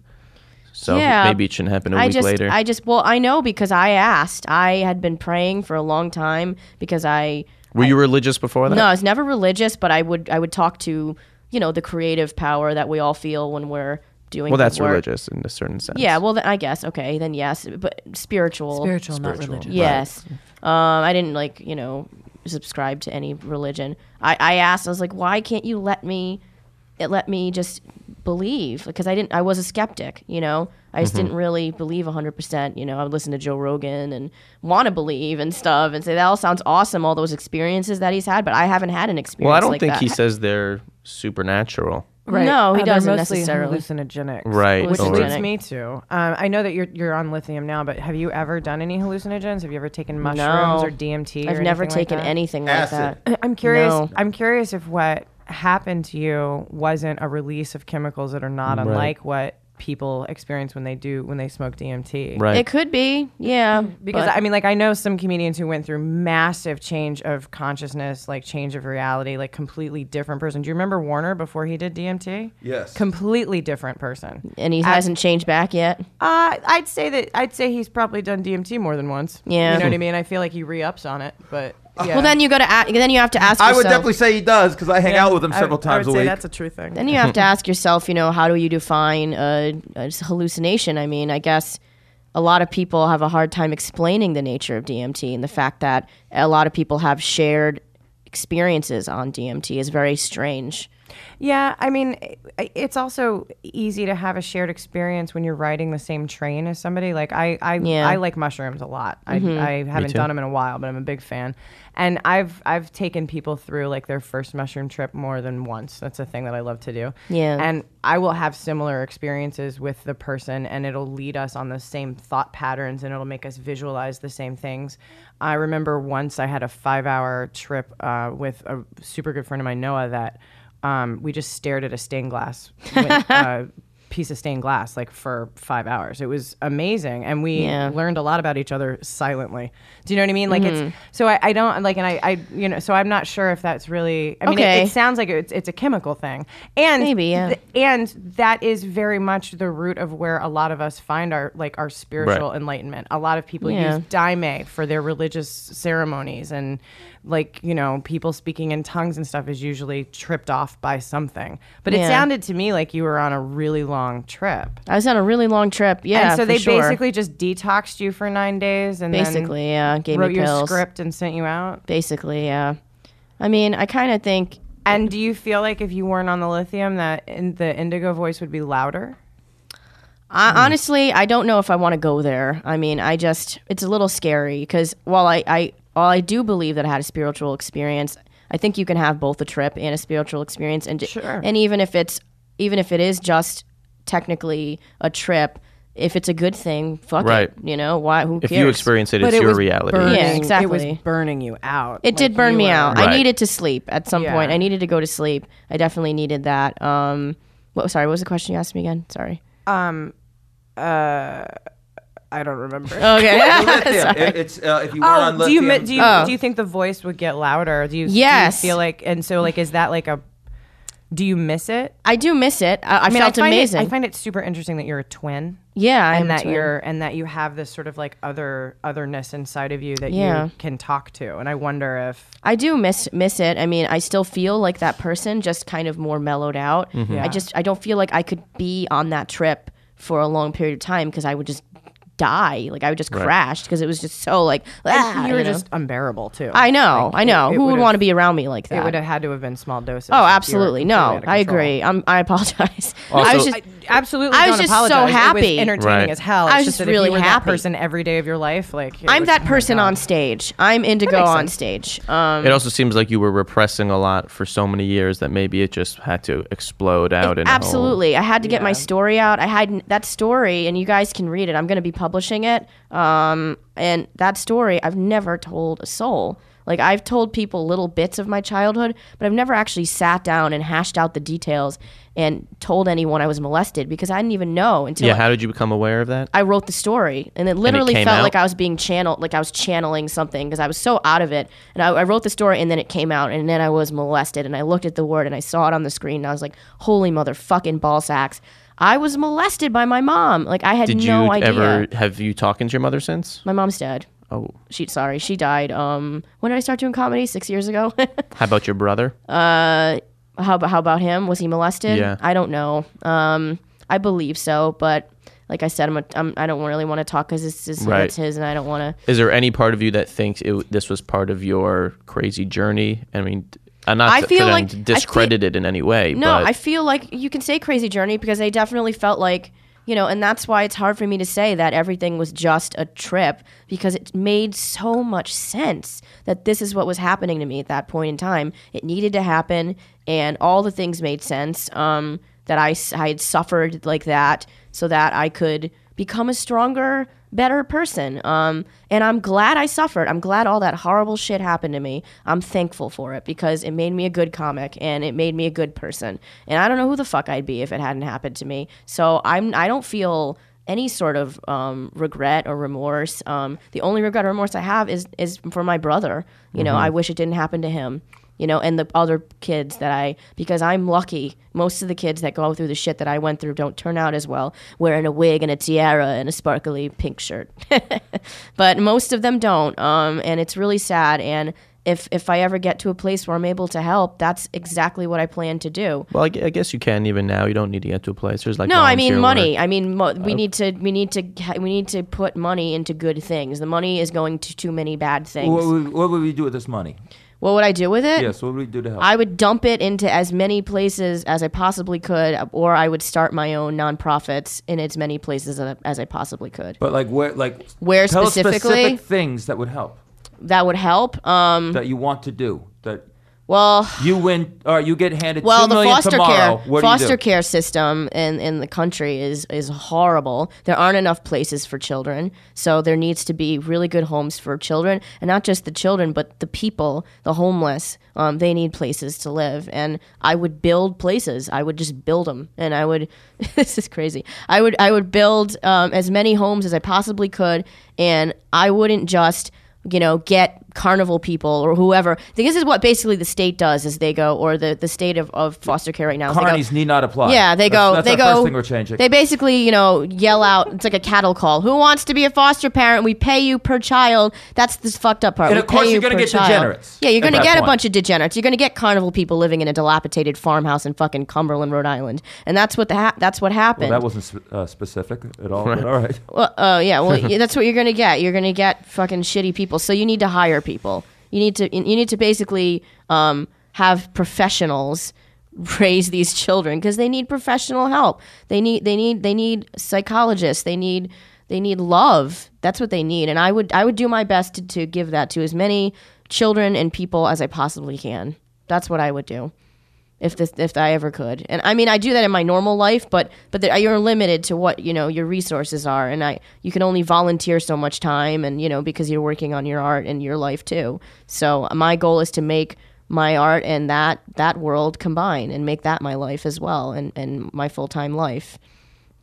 Speaker 5: So
Speaker 6: Yeah.
Speaker 5: maybe it shouldn't happen a
Speaker 6: I
Speaker 5: week
Speaker 6: just,
Speaker 5: later.
Speaker 6: I just, well, I know because I asked. I had been praying for a long time because I,
Speaker 5: Were you religious before that?
Speaker 6: no, I was never religious, but I would, I would talk to, you know, the creative power that we all feel when we're doing.
Speaker 5: Well,
Speaker 6: the
Speaker 5: that's
Speaker 6: work.
Speaker 5: religious in a certain sense.
Speaker 6: Yeah, well, then, I guess okay, then yes, but spiritual.
Speaker 8: Spiritual, not religious.
Speaker 6: Yes. Um, I didn't like, you know, subscribe to any religion. I, I asked, I was like, why can't you let me, it let me just believe? Because I didn't, I was a skeptic, you know, I just didn't really believe 100%. You know, I would listen to Joe Rogan and want to believe and stuff and say, that all sounds awesome, all those experiences that he's had, but I haven't had an experience.
Speaker 5: Well, I don't
Speaker 6: like
Speaker 5: think
Speaker 6: that.
Speaker 5: he says they're supernatural.
Speaker 6: No, he
Speaker 4: Uh, they're
Speaker 6: doesn't
Speaker 4: mostly
Speaker 6: necessarily.
Speaker 4: hallucinogenic,
Speaker 5: Right,
Speaker 4: Which
Speaker 6: or-
Speaker 4: leads me to. Um, I know that you're you're on lithium now, but have you ever done any hallucinogens? Have you ever taken mushrooms or DMT? or
Speaker 6: I've never
Speaker 4: anything like
Speaker 6: taken
Speaker 4: that?
Speaker 6: anything like
Speaker 7: Acid.
Speaker 6: that.
Speaker 4: I'm curious.
Speaker 6: No.
Speaker 4: I'm curious if what happened to you wasn't a release of chemicals that are
Speaker 3: Mm,
Speaker 4: not unlike what people experience when they do when they smoke DMT.
Speaker 5: Right.
Speaker 6: It could be, [laughs] yeah.
Speaker 4: Because
Speaker 6: but-
Speaker 4: I mean, like I know some comedians who went through massive change of consciousness, like change of reality, like completely different person. Do you remember Warner before he did DMT?
Speaker 7: Yes.
Speaker 4: completely different person.
Speaker 6: and he hasn't changed back yet.
Speaker 4: Uh, I'd say that I'd say he's probably done DMT more than once.
Speaker 6: Yeah.
Speaker 4: you know what I mean. I feel like he re-ups on it,
Speaker 3: [laughs]
Speaker 4: but yeah.
Speaker 6: Well, then you got to a then you have to ask.
Speaker 3: I
Speaker 6: Yourself,
Speaker 3: would definitely say he does because I hang out with him
Speaker 4: I-
Speaker 3: several times
Speaker 4: I would
Speaker 3: a
Speaker 4: say
Speaker 7: [laughs]
Speaker 3: week.
Speaker 4: that's a true thing.
Speaker 6: Then you have to ask yourself, you know, how do you define a, a hallucination? I mean, I guess a lot of people have a hard time explaining the nature of DMT and the fact that a lot of people have shared experiences on DMT is very strange.
Speaker 4: Yeah, I mean, i- it's also easy to have a shared experience when you're riding the same train as somebody. Like I, I,
Speaker 6: Yeah. Mm-hmm.
Speaker 4: I like mushrooms a lot. I, I haven't done them in a while, but I'm a big fan. And I've I've taken people through like their first mushroom trip more than once. That's a thing that I love to do.
Speaker 6: Yeah.
Speaker 4: And I will have similar experiences with the person, and it'll lead us on the same thought patterns, and it'll make us visualize the same things. I remember once I had a five-hour trip uh, with a super good friend of mine, Noah, that um, we just stared at a stained glass win-
Speaker 6: [laughs]
Speaker 4: uh, piece of stained glass like for five hours. It was amazing, and we
Speaker 6: Yeah.
Speaker 4: learned a lot about each other silently. Do you know what I mean? Like
Speaker 6: Mm-hmm.
Speaker 4: it's so I, I don't like, and I, I you know, so I'm not sure if that's really. I mean, it,
Speaker 6: Okay.
Speaker 4: it sounds like it's it's a chemical thing, and
Speaker 6: Maybe, yeah.
Speaker 4: th- and that is very much the root of where a lot of us find our like our spiritual
Speaker 5: Right.
Speaker 4: enlightenment. A lot of people
Speaker 6: Yeah.
Speaker 4: use daime for their religious ceremonies and like, you know, people speaking in tongues and stuff is usually tripped off by something. But it
Speaker 6: Yeah.
Speaker 4: sounded to me like you were on a really long trip.
Speaker 6: I was on a really long trip, yeah.
Speaker 4: and so
Speaker 6: for
Speaker 4: they
Speaker 6: sure.
Speaker 4: basically just detoxed you for 9 days and
Speaker 6: basically, yeah, gave
Speaker 4: then wrote
Speaker 6: me
Speaker 4: your
Speaker 6: pills.
Speaker 4: script and sent you out.
Speaker 6: Basically, yeah. I mean, I kind of think
Speaker 4: And do you feel like if you weren't on the lithium that in the indigo voice would be louder?
Speaker 6: I, honestly, I don't know if I want to go there. I mean, I just it's a little scary because while I, I while I do believe that I had a spiritual experience, I think you can have both a trip and a spiritual experience, and and even if it's even if it is just technically a trip, if it's a good thing, fuck
Speaker 5: Right.
Speaker 6: it, you know why? Who
Speaker 5: if
Speaker 6: cares?
Speaker 5: you experience it, it's your reality.
Speaker 4: burning-
Speaker 6: Yeah,
Speaker 4: It
Speaker 6: exactly.
Speaker 4: was burning you out.
Speaker 6: It did burn me out.
Speaker 5: Right.
Speaker 6: I needed to sleep at some
Speaker 4: Yeah.
Speaker 6: point. I needed to go to sleep. I definitely needed that. Um, what, sorry, what was the question you asked me again? Sorry.
Speaker 4: I don't remember.
Speaker 6: Okay. [laughs]
Speaker 7: Lithium. It- it's uh, if you weren't on
Speaker 4: Oh, do you mi-
Speaker 7: lithium.
Speaker 4: do you do you think the voice would get louder? Do you, do you
Speaker 6: Yes.
Speaker 4: feel like and so like is that like a do you miss it?
Speaker 6: I do miss it. I, I, felt
Speaker 4: find
Speaker 6: amazing.
Speaker 4: It, I find it super interesting that you're a twin
Speaker 6: yeah, I'm
Speaker 4: and that
Speaker 6: into it.
Speaker 4: you're and that you have this sort of like other otherness inside of you that
Speaker 6: Yeah.
Speaker 4: you can talk to. And I wonder if
Speaker 6: I do miss miss it. I mean, I still feel like that person, just kind of more mellowed out. I just I don't feel like I could be on that trip for a long period of time because I would just die. Like I would just crash because it was just so like ah,
Speaker 4: you were
Speaker 6: you know?
Speaker 4: just unbearable too.
Speaker 6: I know, I know.
Speaker 4: it
Speaker 6: Who would
Speaker 4: would've-
Speaker 6: want to be around me like that?
Speaker 4: it would have had to have been small doses. if you
Speaker 6: oh,
Speaker 4: were
Speaker 6: absolutely. No,
Speaker 4: completely
Speaker 6: I
Speaker 4: out of control.
Speaker 6: agree. I'm, I apologize. [laughs] I was just.
Speaker 4: Absolutely,
Speaker 6: I was
Speaker 4: don't
Speaker 6: just so
Speaker 4: apologize. It
Speaker 6: happy.
Speaker 4: was entertaining
Speaker 5: Right.
Speaker 4: as hell. It's
Speaker 6: I was
Speaker 4: just,
Speaker 6: just
Speaker 4: that
Speaker 6: really
Speaker 4: if you were
Speaker 6: happy.
Speaker 4: That person every day of your life, like it
Speaker 6: I'm
Speaker 4: was-
Speaker 6: that person on stage. I'm Indigo on stage. Um,
Speaker 5: it also seems like you were repressing a lot for so many years that maybe it just had to explode out. in a whole-
Speaker 6: absolutely i had to get my story out i had that story and you guys can read it i'm going to be publishing it um, and that story i've never told a soul like i've told people little bits of my childhood but i've never actually sat down and hashed out the details and told anyone i was molested because i didn't even know until
Speaker 5: yeah.
Speaker 6: I-
Speaker 5: How did you become aware of that?
Speaker 6: I wrote the story, and it literally
Speaker 5: came
Speaker 6: felt
Speaker 5: out?
Speaker 6: like I was being channeled, like I was channeling something because I was so out of it. And I, I wrote the story, and then it came out, and then I was molested, and I looked at the word, and I saw it on the screen, and I was like, "Holy motherfucking ball sacks!" I was molested by my mom. Like I had
Speaker 5: Did
Speaker 6: no
Speaker 5: you
Speaker 6: idea.
Speaker 5: ever have you talking to your mother since?
Speaker 6: my mom's dead.
Speaker 5: Oh,
Speaker 6: She sorry, she died. Um, when did I start doing comedy? Six years ago. [laughs]
Speaker 5: how about your brother?
Speaker 6: Uh, how about how about him? Was he molested?
Speaker 5: Yeah.
Speaker 6: I don't know. Um, I believe so, but like I said, I'm a, I'm I don't really want to talk because it's, it's
Speaker 5: Right.
Speaker 6: it's his, and I don't want to.
Speaker 5: Is there any part of you that thinks it, this was part of your crazy journey? I mean, I'm not
Speaker 6: I
Speaker 5: for
Speaker 6: feel
Speaker 5: them
Speaker 6: like-
Speaker 5: to
Speaker 6: I feel-
Speaker 5: discredit it in any way.
Speaker 6: No,
Speaker 5: but
Speaker 6: I feel like you can say crazy journey because I definitely felt like, you know, and that's why it's hard for me to say that everything was just a trip because it made so much sense that this is what was happening to me at that point in time. It needed to happen and all the things made sense um, that I, s- I had suffered like that so that I could become a stronger better person um and i'm glad i suffered i'm glad all that horrible shit happened to me i'm thankful for it because it made me a good comic and it made me a good person and i don't know who the fuck i'd be if it hadn't happened to me so i'm i don't feel any sort of um, regret or remorse um, the only regret or remorse i have is is for my brother you know i wish it didn't happen to him you know, and the other kids that I, because I'm lucky, most of the kids that go through the shit that I went through don't turn out as well, wearing a wig and a tiara and a sparkly pink shirt. [laughs] but most of them don't. Um, and it's really sad. And if, if I ever get to a place where I'm able to help, that's exactly what I plan to do.
Speaker 5: Well, I, gu- I guess you can even now. You don't need to get to a place. There's like
Speaker 6: No, I mean
Speaker 5: volunteer
Speaker 6: money.
Speaker 5: work. Uh,
Speaker 6: I mean mo- we need to we need to ha- we need to put money into good things. The money is going to too many bad things.
Speaker 3: Wha-
Speaker 6: What,
Speaker 3: wha-
Speaker 7: What, what would we do with this money?
Speaker 6: would I do with it?
Speaker 7: Yes, what would we do to help?
Speaker 6: I would dump it into as many places as I possibly could, or I would start my own nonprofits in as many places as I- as I possibly could.
Speaker 7: but like where, like
Speaker 6: Where
Speaker 7: tell us
Speaker 6: specifically?
Speaker 7: specific things that would help
Speaker 6: That would help. Um,
Speaker 7: that you want to do that
Speaker 6: well,
Speaker 7: you win or you get handed
Speaker 6: well,
Speaker 7: two
Speaker 6: the
Speaker 7: million
Speaker 6: foster
Speaker 7: tomorrow.
Speaker 6: care
Speaker 7: What
Speaker 6: foster
Speaker 7: do you do?
Speaker 6: care system in in the country is is horrible. There aren't enough places for children, so there needs to be really good homes for children, and not just the children, but the people, the homeless. Um, they need places to live, and I would build places. I would just build them, and I would. [laughs] this is crazy. I would I would build um, as many homes as I possibly could, and I wouldn't just you know, get carnival people or whoever. This is what basically the state does is they go, or the, the state of, of foster care right now. is they go-
Speaker 7: Carnies need not apply.
Speaker 6: yeah, they
Speaker 7: That's-
Speaker 6: go.
Speaker 7: That's
Speaker 6: they
Speaker 7: our
Speaker 6: go.
Speaker 7: First thing we're changing.
Speaker 6: They basically, you know, yell out. It's like a cattle call. Who wants to be a foster parent? We pay you per child. That's this fucked up part.
Speaker 7: And
Speaker 6: We
Speaker 7: of course
Speaker 6: pay you
Speaker 7: you're gonna
Speaker 6: per
Speaker 7: get
Speaker 6: child.
Speaker 7: degenerates
Speaker 6: Yeah, you're
Speaker 7: at
Speaker 6: going to
Speaker 7: that
Speaker 6: get a
Speaker 7: point.
Speaker 6: bunch of degenerates. You're going to get carnival people living in a dilapidated farmhouse in fucking Cumberland, Rhode Island, and that's what the ha- that's what happened.
Speaker 7: well, that wasn't sp- uh, specific at all. But all right.
Speaker 6: Well, uh, yeah. Well, yeah, that's what you're gonna get. You're gonna get fucking shitty people. So you need to hire people. You need to. You need to basically um, have professionals [laughs] raise these children because they need professional help. They need. They need. They need psychologists. They need. They need love. That's what they need. And I would. I would do my best to, to give that to as many children and people as I possibly can. That's what I would do if this if I ever could. And I mean, I do that in my normal life, but but there, you're limited to what you know your resources are, and I you can only volunteer so much time, and you know because you're working on your art and your life too. So uh, my goal is to make my art and that that world combine and make that my life as well, and and my full time life.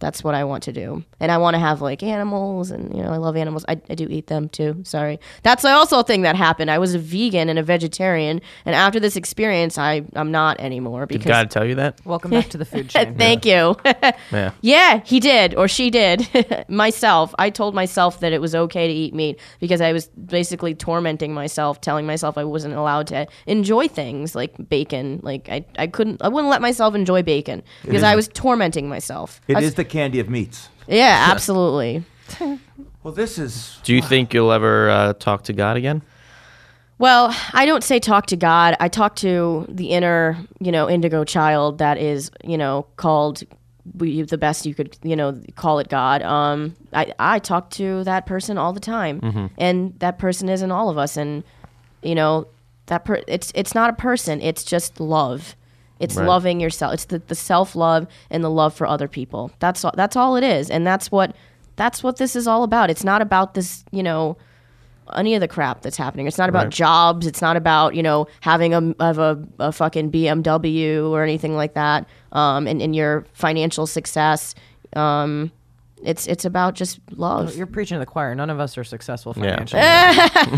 Speaker 6: That's what I want to do, and I want to have like animals, and you know I love animals. I, I do eat them too. Sorry, that's also a thing that happened. I was a vegan and a vegetarian, and after this experience, I I'm not anymore
Speaker 5: Did
Speaker 6: because
Speaker 5: God tell you that?
Speaker 4: Welcome back to the food chain.
Speaker 6: [laughs] Thank you. [laughs]
Speaker 5: Yeah.
Speaker 6: yeah, he did, or she did. [laughs] myself, I told myself that it was okay to eat meat because I was basically tormenting myself, telling myself I wasn't allowed to enjoy things like bacon. Like I, I couldn't, I wouldn't let myself enjoy bacon because I was tormenting myself.
Speaker 7: It
Speaker 6: I was-
Speaker 7: is the candy of meats.
Speaker 6: yeah, absolutely.
Speaker 7: Well, this is
Speaker 5: Do you think you'll ever uh, talk to God again?
Speaker 6: Well, I don't say talk to God. I talk to the inner, you know, indigo child that is, you know, called we- the best you could, you know, call it God. Um, I, I talk to that person all the time, and that person is in all of us, and you know, that per- it's it's not a person. It's just love. It's
Speaker 5: Right.
Speaker 6: loving yourself. It's the, the self love and the love for other people. That's all, that's all it is, and that's what that's what this is all about. It's not about this, you know any of the crap that's happening. It's not about jobs. It's not about you know having a of a, a fucking BMW or anything like that. Um, and, and your financial success. Um, it's it's about just love.
Speaker 4: You're preaching to the choir. None of us are successful
Speaker 5: Yeah.
Speaker 6: [laughs]
Speaker 4: financially.
Speaker 6: Ah.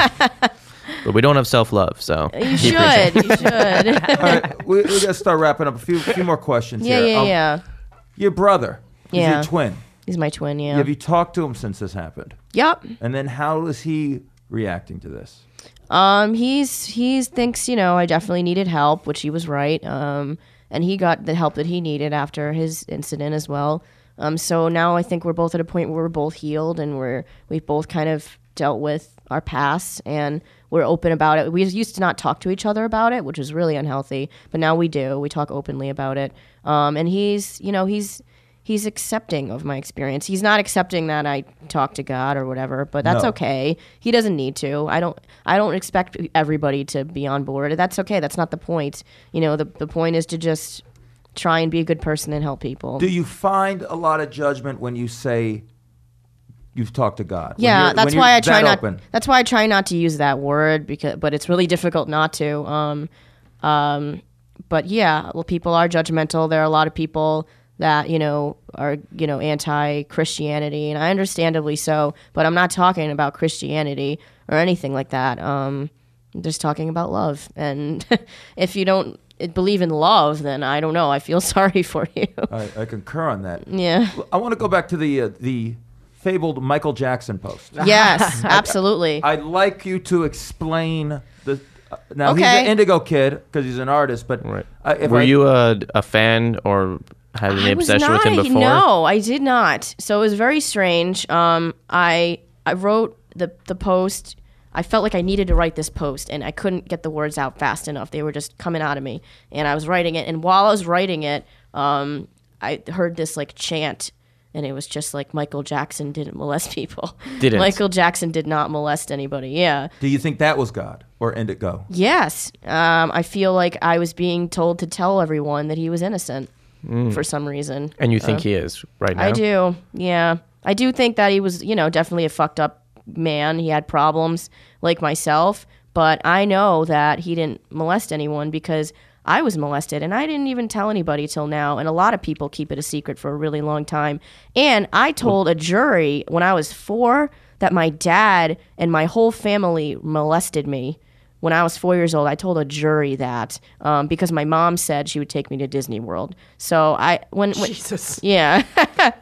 Speaker 5: But we don't have self love, so
Speaker 6: You should. You
Speaker 7: [laughs]
Speaker 6: should. [laughs]
Speaker 7: all right. We, we gotta start wrapping up. A few few more questions
Speaker 6: yeah,
Speaker 7: here.
Speaker 6: yeah,
Speaker 7: Um,
Speaker 6: yeah.
Speaker 7: Your brother. He's
Speaker 6: Yeah.
Speaker 7: your twin.
Speaker 6: He's my twin, yeah.
Speaker 7: Have you talked to him since this happened?
Speaker 6: yep.
Speaker 7: And then how is he reacting to this?
Speaker 6: Um, he's he thinks you know I definitely needed help, which he was right. Um, and he got the help that he needed after his incident as well. Um, so now I think we're both at a point where we're both healed and we're we've both kind of dealt with our past and we're open about it. We used to not talk to each other about it, which was really unhealthy, but now we do. We talk openly about it. Um, and he's you know he's he's accepting of my experience. He's not accepting that I talk to God or whatever, but that's
Speaker 7: No.
Speaker 6: okay. He doesn't need to. I don't I don't expect everybody to be on board. That's okay. That's not the point. You know, the the point is to just try and be a good person and help people.
Speaker 7: Do you find a lot of judgment when you say you've talked to God? When
Speaker 6: yeah,
Speaker 7: you're-
Speaker 6: that's
Speaker 7: when you're
Speaker 6: why I try
Speaker 7: that
Speaker 6: not.
Speaker 7: Open.
Speaker 6: That's why I try not to use that word because, but it's really difficult not to. Um, um, but yeah, well, people are judgmental. There are a lot of people that you know are you know anti Christianity, and I understandably so. But I'm not talking about Christianity or anything like that. Um, I'm just talking about love, and [laughs] if you don't believe in love, then I don't know. I feel [laughs] sorry for you.
Speaker 7: I, I concur on that.
Speaker 6: yeah.
Speaker 7: I want to go back to the uh, the fabled Michael Jackson post. [laughs]
Speaker 6: Yes, absolutely.
Speaker 7: I'd like you to explain the. Uh, now he's an
Speaker 6: Okay.
Speaker 7: Indigo Kid because he's an artist, but
Speaker 5: Right.
Speaker 7: I, if
Speaker 5: Were
Speaker 7: I-
Speaker 5: you a, a fan or had any
Speaker 6: Uh, I was
Speaker 5: obsession with him
Speaker 6: not-
Speaker 5: before?
Speaker 6: No, I did not. So it was very strange. Um, I I wrote the the post. I felt like I needed to write this post, and I couldn't get the words out fast enough. They were just coming out of me, and I was writing it. And while I was writing it, um, I heard this like chant, and it was just like Michael Jackson didn't molest people. [laughs]
Speaker 5: Didn't.
Speaker 6: Michael Jackson did not molest anybody? Yeah.
Speaker 7: do you think that was God or Indigo?
Speaker 6: Yes. Um, I feel like I was being told to tell everyone that he was innocent
Speaker 5: Mm.
Speaker 6: for some reason.
Speaker 5: And you think he is right now?
Speaker 6: Uh, I do. Yeah. I do think that he was, you know, definitely a fucked up man. He had problems like myself, but I know that he didn't molest anyone because I was molested and I didn't even tell anybody till now. And a lot of people keep it a secret for a really long time. And I told a jury when I was four that my dad and my whole family molested me when I was four years old, I told a jury that um, because my mom said she would take me to Disney World. So I when, when Jesus, yeah. [laughs]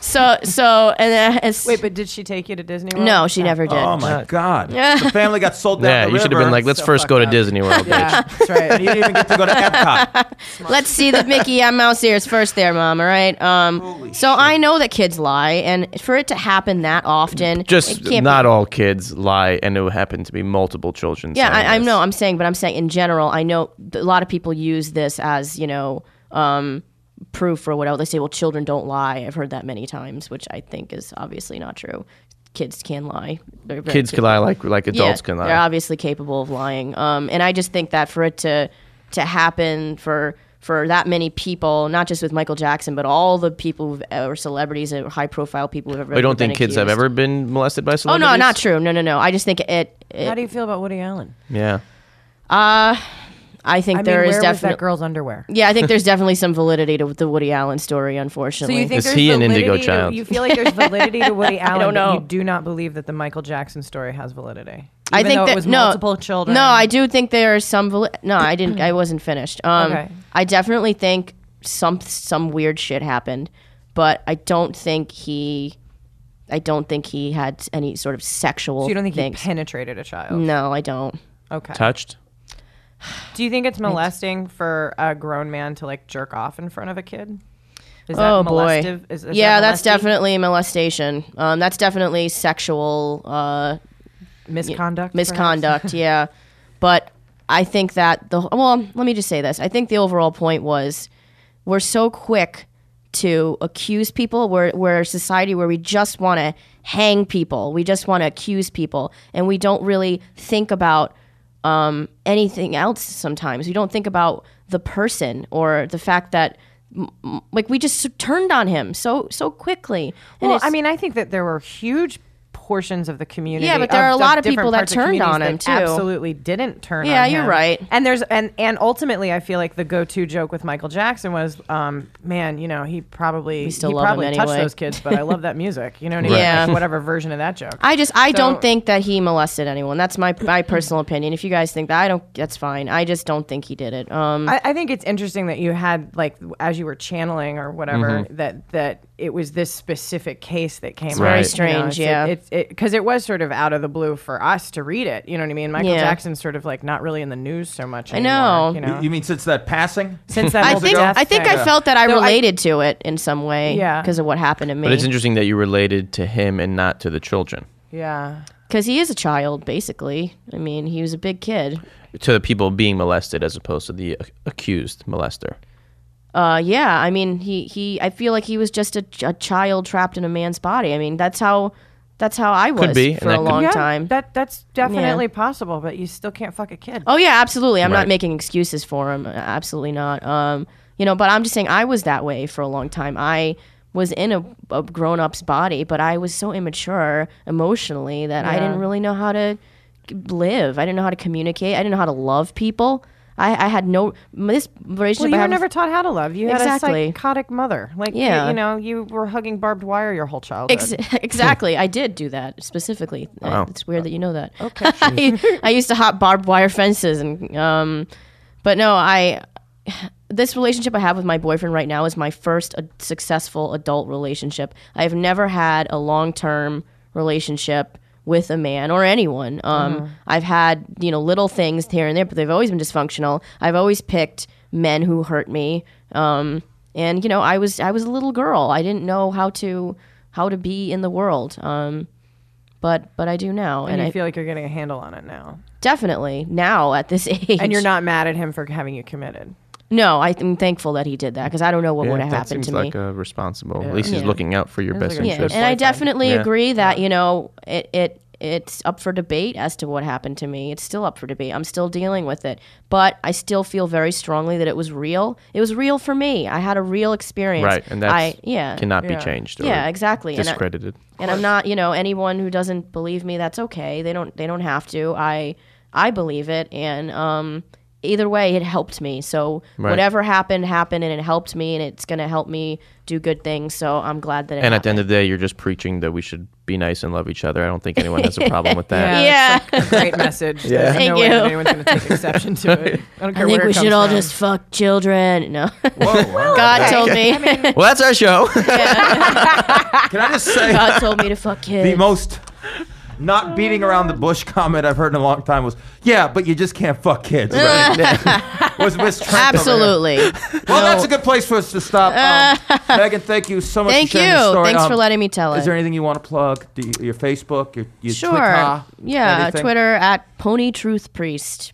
Speaker 6: so so and then it's,
Speaker 4: Wait, but did she take you to Disney World?
Speaker 6: [laughs] no, she never did.
Speaker 7: Oh my God! the family got sold down
Speaker 5: Yeah,
Speaker 7: the
Speaker 5: you should have been
Speaker 7: river.
Speaker 5: like, let's first go to Disney
Speaker 6: [laughs]
Speaker 5: World. bitch.
Speaker 4: Yeah, that's right.
Speaker 7: You didn't even get to go to Epcot.
Speaker 6: Let's see
Speaker 7: [laughs]
Speaker 6: the Mickey and Mouse ears first, there, mom. All right. Um, so I know that kids lie, and for it to happen that often,
Speaker 5: Just
Speaker 6: it can't
Speaker 5: not
Speaker 6: be-
Speaker 5: all kids lie, and it happened to be multiple children.
Speaker 6: Yeah,
Speaker 5: saying
Speaker 6: I, I
Speaker 5: this.
Speaker 6: know. I'm saying, but I'm saying in general, I know th- a lot of people use this as you know um, proof or whatever. They say, "Well, children don't lie." I've heard that many times, which I think is obviously not true. Kids can lie. They're very
Speaker 5: Kids can lie like like adults
Speaker 6: yeah,
Speaker 5: can
Speaker 6: They're
Speaker 5: lie.
Speaker 6: obviously capable of lying. Um, and I just think that for it to to happen for for that many people, not just with Michael Jackson, but all the people who've, uh, or celebrities or high profile people who've ever.
Speaker 5: I don't
Speaker 6: been
Speaker 5: think kids have
Speaker 6: accused.
Speaker 5: ever been molested by
Speaker 6: Oh
Speaker 5: celebrities.
Speaker 6: no, not true. No, no, no. I just think it.
Speaker 4: How
Speaker 6: it
Speaker 4: do you feel about Woody Allen?
Speaker 5: Yeah,
Speaker 6: I
Speaker 4: I
Speaker 6: think
Speaker 4: mean,
Speaker 6: there is
Speaker 4: where was
Speaker 6: definitely
Speaker 4: that girl's underwear?
Speaker 6: Yeah, I think there's definitely some validity to the Woody Allen story, unfortunately.
Speaker 5: Is he an indigo
Speaker 4: validity to-
Speaker 5: child?
Speaker 4: you feel like
Speaker 6: [laughs]
Speaker 4: there's validity to Woody Allen.
Speaker 6: don't
Speaker 4: but
Speaker 6: know.
Speaker 4: you do not believe that the Michael Jackson story has validity.
Speaker 6: I
Speaker 4: Even
Speaker 6: think
Speaker 4: though
Speaker 6: that
Speaker 4: it was
Speaker 6: no,
Speaker 4: multiple children.
Speaker 6: No, I do think there is some. Vali- no, I didn't. I wasn't finished. Um,
Speaker 4: Okay.
Speaker 6: I definitely think some some weird shit happened, but I don't think he. I don't think he had any sort of sexual.
Speaker 4: So you don't think
Speaker 6: things.
Speaker 4: he penetrated a child?
Speaker 6: no, I don't.
Speaker 4: Okay.
Speaker 5: touched.
Speaker 4: Do you think it's molesting for a grown man to like jerk off in front of a kid? Is
Speaker 6: oh
Speaker 4: that
Speaker 6: boy.
Speaker 4: molestive? Is, is
Speaker 6: yeah,
Speaker 4: that
Speaker 6: that's
Speaker 4: molesty?
Speaker 6: definitely molestation. Um, that's definitely sexual. Uh,
Speaker 4: misconduct. [laughs]
Speaker 6: misconduct yeah but i think that the well let me just say this i think the overall point was we're so quick to accuse people we're, we're a society where we just want to hang people we just want to accuse people and we don't really think about um, anything else sometimes we don't think about the person or the fact that m- m- like we just turned on him so so quickly And
Speaker 4: Well,
Speaker 6: it's-
Speaker 4: I mean, I think that there were huge portions of the community.
Speaker 6: Yeah, but there are a lot of
Speaker 4: different
Speaker 6: people that
Speaker 4: parts of
Speaker 6: turned on
Speaker 4: communities
Speaker 6: him,
Speaker 4: that
Speaker 6: too.
Speaker 4: Absolutely didn't turn.
Speaker 6: Yeah,
Speaker 4: on
Speaker 6: you're
Speaker 4: him.
Speaker 6: right.
Speaker 4: And there's and and ultimately, I feel like the go-to joke with Michael Jackson was, um, "Man, you know, he probably
Speaker 6: still
Speaker 4: he
Speaker 6: love him
Speaker 4: probably touched
Speaker 6: anyway."
Speaker 4: those kids, but I love that music. You know what I mean?
Speaker 6: [laughs] Yeah.
Speaker 4: Like, whatever version of that joke.
Speaker 6: I just I
Speaker 4: So-
Speaker 6: don't think that he molested anyone. That's my my personal opinion. If you guys think that, I don't. That's fine. I just don't think he did it. Um, Mm-hmm.
Speaker 4: I, I think it's interesting that you had like as you were channeling or whatever that that it was this specific case that came.
Speaker 6: very
Speaker 4: up,
Speaker 6: strange,
Speaker 4: you know, it's-
Speaker 6: yeah.
Speaker 4: it's it because it was sort of out of the blue for us to read it. You know what I mean? Michael
Speaker 6: Yeah.
Speaker 4: Jackson's sort of like not really in the news so much.
Speaker 6: I know. E-,
Speaker 4: anymore, You know,
Speaker 3: You mean since that passing?
Speaker 4: since that
Speaker 6: I
Speaker 4: whole
Speaker 6: think
Speaker 4: death
Speaker 6: I think
Speaker 4: thing.
Speaker 6: I felt that I
Speaker 4: Though I-
Speaker 6: related to it in some way,
Speaker 4: Yeah.
Speaker 6: because of what happened to
Speaker 5: But it's
Speaker 6: me.
Speaker 5: interesting that you related to him and not to the children,
Speaker 4: Yeah.
Speaker 6: Because he is a child, basically. I mean, he was a big kid.
Speaker 5: to the people being molested as opposed to the ac- accused molester.
Speaker 6: Uh, yeah, I mean, he, he I feel like he was just a, a child trapped in a man's body. I mean, that's how that's how I was
Speaker 5: be, and
Speaker 6: for
Speaker 5: that
Speaker 6: a
Speaker 5: could-
Speaker 6: long
Speaker 4: yeah,
Speaker 6: time.
Speaker 4: That that's definitely possible, but you still can't fuck a kid.
Speaker 6: Oh yeah, absolutely. I'm
Speaker 5: Right.
Speaker 6: not making excuses for him. Absolutely not. Um, you know, but I'm just saying I was that way for a long time. I was in a, a grown up's body, but I was so immature emotionally that I didn't really know how to live. I didn't know how to communicate. I didn't know how to love people. I, I had no this
Speaker 4: Well,
Speaker 6: relationship.
Speaker 4: you
Speaker 6: I
Speaker 4: were
Speaker 6: have
Speaker 4: never taught how to love. You had
Speaker 6: Exactly.
Speaker 4: a psychotic mother. Like, you-
Speaker 6: Yeah.
Speaker 4: you, know, you were hugging barbed wire your whole childhood.
Speaker 6: [laughs] Ex- [laughs] exactly. I did do that specifically. Uh,
Speaker 5: [laughs] Wow.
Speaker 6: It's weird that you know that. Okay. [laughs] I, I used to hop barbed wire fences and um but no, I this relationship I have with my boyfriend right now is my first uh, successful adult relationship. I've never had a long-term relationship with a man or anyone. Um
Speaker 4: Uh-huh.
Speaker 6: I've had, you know, little things here and there, but they've always been dysfunctional. I've always picked men who hurt me. Um and you know, I was I was a little girl. I didn't know how to how to be in the world. Um but but I do now
Speaker 4: and
Speaker 6: and,
Speaker 4: you
Speaker 6: I
Speaker 4: feel like you're getting a handle on it now.
Speaker 6: definitely now at this [laughs] age.
Speaker 4: And you're not mad at him for having you committed.
Speaker 6: No, I'm thankful that he did that because I don't know what would have
Speaker 5: that seems
Speaker 6: happened to me.
Speaker 5: like a responsible. At least he's
Speaker 6: Yeah.
Speaker 5: looking out for your
Speaker 4: Sounds
Speaker 5: best
Speaker 4: like a good
Speaker 6: yeah,
Speaker 5: interest.
Speaker 6: and I
Speaker 4: boyfriend.
Speaker 6: definitely
Speaker 5: Yeah.
Speaker 6: agree that you know it it it's up for debate as to what happened to me. It's still up for debate. I'm still dealing with it, but I still feel very strongly that it was real. It was real for me. I had a real experience.
Speaker 5: Right, and that
Speaker 6: I, yeah
Speaker 5: cannot
Speaker 4: Yeah.
Speaker 5: be changed. or
Speaker 6: yeah exactly And I-
Speaker 5: Discredited.
Speaker 6: and I'm not, you know, anyone who doesn't believe me, that's okay. They don't they don't have to. I I believe it and um either way it helped me. So
Speaker 5: Right.
Speaker 6: whatever happened happened and it helped me and it's going to help me do good things. So I'm glad that it
Speaker 5: and at the end of the day, you're just preaching that we should be nice and love each other. I don't think anyone has a problem with
Speaker 6: [laughs]
Speaker 5: that.
Speaker 6: yeah.
Speaker 4: that's, like, a great message. yeah. There's
Speaker 6: Thank
Speaker 4: no way
Speaker 6: you.
Speaker 4: that anyone's going to take exception to it. I don't care where
Speaker 6: I think
Speaker 4: it
Speaker 6: we should
Speaker 4: comes
Speaker 6: all
Speaker 4: from.
Speaker 6: just fuck children. [laughs] No.
Speaker 3: Whoa.
Speaker 6: [laughs] God told me.
Speaker 5: Well, that's our show.
Speaker 3: Can I just say
Speaker 6: [laughs] [laughs] God told me to fuck
Speaker 3: the
Speaker 6: kids.
Speaker 3: most not beating around the bush comment I've heard in a long time was, "Yeah, but you just can't fuck kids."
Speaker 6: [laughs]
Speaker 3: [laughs] was Miss Trent over there.
Speaker 6: Absolutely.
Speaker 3: Well, that's a good place for us to stop.
Speaker 6: [laughs]
Speaker 3: Um, Megan, thank you so much.
Speaker 6: Thank
Speaker 3: for sharing your
Speaker 6: you.
Speaker 3: story.
Speaker 6: Thanks
Speaker 3: Um,
Speaker 6: for letting me tell
Speaker 3: Is
Speaker 6: it.
Speaker 3: there anything you want to plug? Do you, your Facebook, your, your
Speaker 6: [laughs] Sure.
Speaker 3: Twitter,
Speaker 6: yeah,
Speaker 3: anything?
Speaker 6: Twitter at Pony Truth Priest.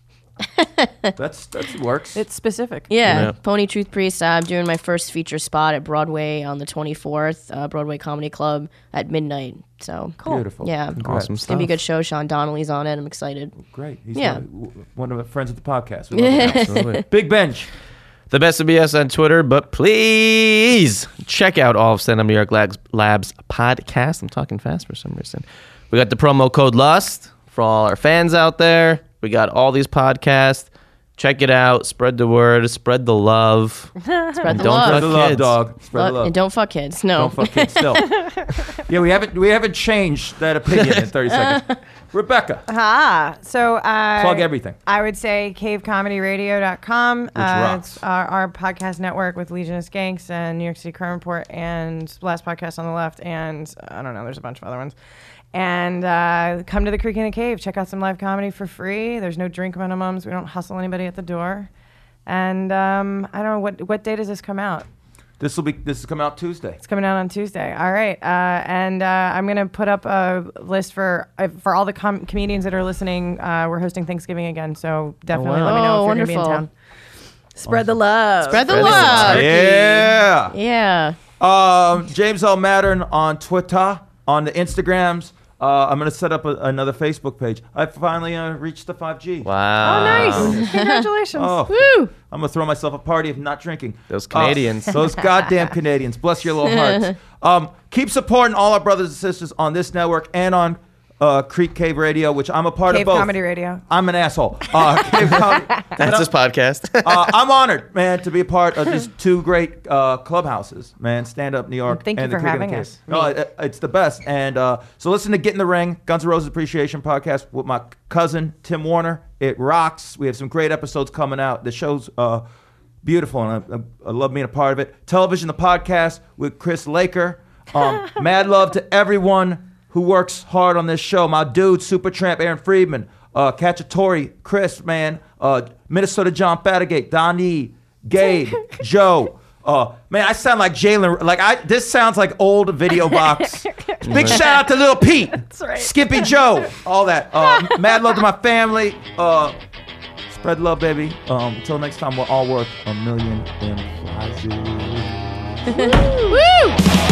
Speaker 3: That's that works.
Speaker 4: It's specific.
Speaker 6: Yeah,
Speaker 5: Yeah.
Speaker 6: Pony Truth Priest. uh, I'm doing my first feature spot at Broadway on the 24th, uh, Broadway Comedy Club at midnight. So
Speaker 3: Beautiful.
Speaker 6: Yeah,
Speaker 5: Awesome
Speaker 6: It's gonna be a
Speaker 5: stuff.
Speaker 6: good show. Sean Donnelly's on it. I'm excited.
Speaker 3: Great. He's
Speaker 6: Yeah.
Speaker 3: one, one of the friends of the podcast. We
Speaker 6: [laughs]
Speaker 3: love him. Big Bench.
Speaker 5: the best of BS on Twitter, but please check out all of Stand Up New York Labs, Labs podcast. I'm talking fast for some reason. We got the promo code Lust for all our fans out there. We got all these podcasts. Check it out. Spread the word. Spread the
Speaker 6: [laughs]
Speaker 5: love.
Speaker 6: Oh, Spread the
Speaker 5: don't
Speaker 6: love.
Speaker 5: Fuck
Speaker 3: Spread the love,
Speaker 5: kids.
Speaker 3: dog. Spread
Speaker 6: Love-
Speaker 3: the love.
Speaker 6: and don't fuck kids. No.
Speaker 3: Don't fuck kids still. yeah, we haven't we haven't changed that opinion in
Speaker 6: [laughs]
Speaker 3: 30 seconds. Rebecca,
Speaker 4: Ah, so uh,
Speaker 3: plug everything.
Speaker 4: I would say cavecomedyradio.com. Which
Speaker 3: rocks.
Speaker 4: uh, It's our, our podcast network with Legionist Ganks and New York City Crime Report and Last Podcast on the Left. And I don't know, there's a bunch of other ones. And uh, come to the Creek in the Cave. Check out some live comedy for free. There's no drink minimums. We don't hustle anybody at the door. And um, I don't know, what, what day does this come out?
Speaker 3: This will be this will come out Tuesday.
Speaker 4: It's coming out on Tuesday. All right, uh, and uh, I'm gonna put up a list for uh, for all the com- comedians that are listening. Uh, we're hosting Thanksgiving again, so definitely
Speaker 5: wow.
Speaker 4: let me know if
Speaker 6: Oh,
Speaker 4: you're gonna be in
Speaker 6: wonderful.
Speaker 4: town. Spread the love.
Speaker 6: [laughs] Spread the love.
Speaker 3: Yeah.
Speaker 6: Yeah.
Speaker 3: Um, James L. Mattern on Twitter, on the Instagrams. Uh, I'm going to set up a, another Facebook page. I finally uh, reached the 5G.
Speaker 5: Wow.
Speaker 4: Oh, nice! Congratulations.
Speaker 5: [laughs]
Speaker 3: Oh,
Speaker 4: [laughs]
Speaker 6: Woo.
Speaker 3: I'm going to throw myself a party if not drinking.
Speaker 5: Those Canadians.
Speaker 3: Uh, [laughs] those goddamn Canadians. Bless your little
Speaker 4: [laughs]
Speaker 3: hearts. Um, keep supporting all our brothers and sisters on this network and on uh, Creek Cave Radio, which I'm a part
Speaker 4: Cave
Speaker 3: of both.
Speaker 4: Comedy Radio.
Speaker 3: I'm an asshole. Uh, [laughs] Cave
Speaker 4: [laughs]
Speaker 3: Comedy.
Speaker 5: That's this podcast. [laughs]
Speaker 3: uh, I'm honored, man, to be a part of these two great uh, clubhouses, man. Stand up New York.
Speaker 4: Thank you
Speaker 3: and the
Speaker 4: for
Speaker 3: Creek in the
Speaker 4: having
Speaker 3: Cave.
Speaker 4: us.
Speaker 3: No, it, it- it's the best. And uh, so listen to Get in the Ring, Guns N' Roses Appreciation Podcast with my cousin Tim Warner. It rocks. We have some great episodes coming out. The show's uh, beautiful, and I, I, I love being a part of it. Television, the podcast with Chris Laker. Um, mad love to everyone who works hard on this show. My dude, Supertramp, Aaron Friedman, uh, Cacciatore, Chris, man, uh, Minnesota John Fatigate, Donnie, Gabe, Joe. Uh, man, I sound like Jalen. Like I, this sounds like old video box. Big shout out to Little Pete,
Speaker 6: right.
Speaker 3: Skippy Joe, all that. Uh, mad love to my family. Uh, spread love, baby. Um, until next time, we're all worth a million and flies.
Speaker 6: Woo!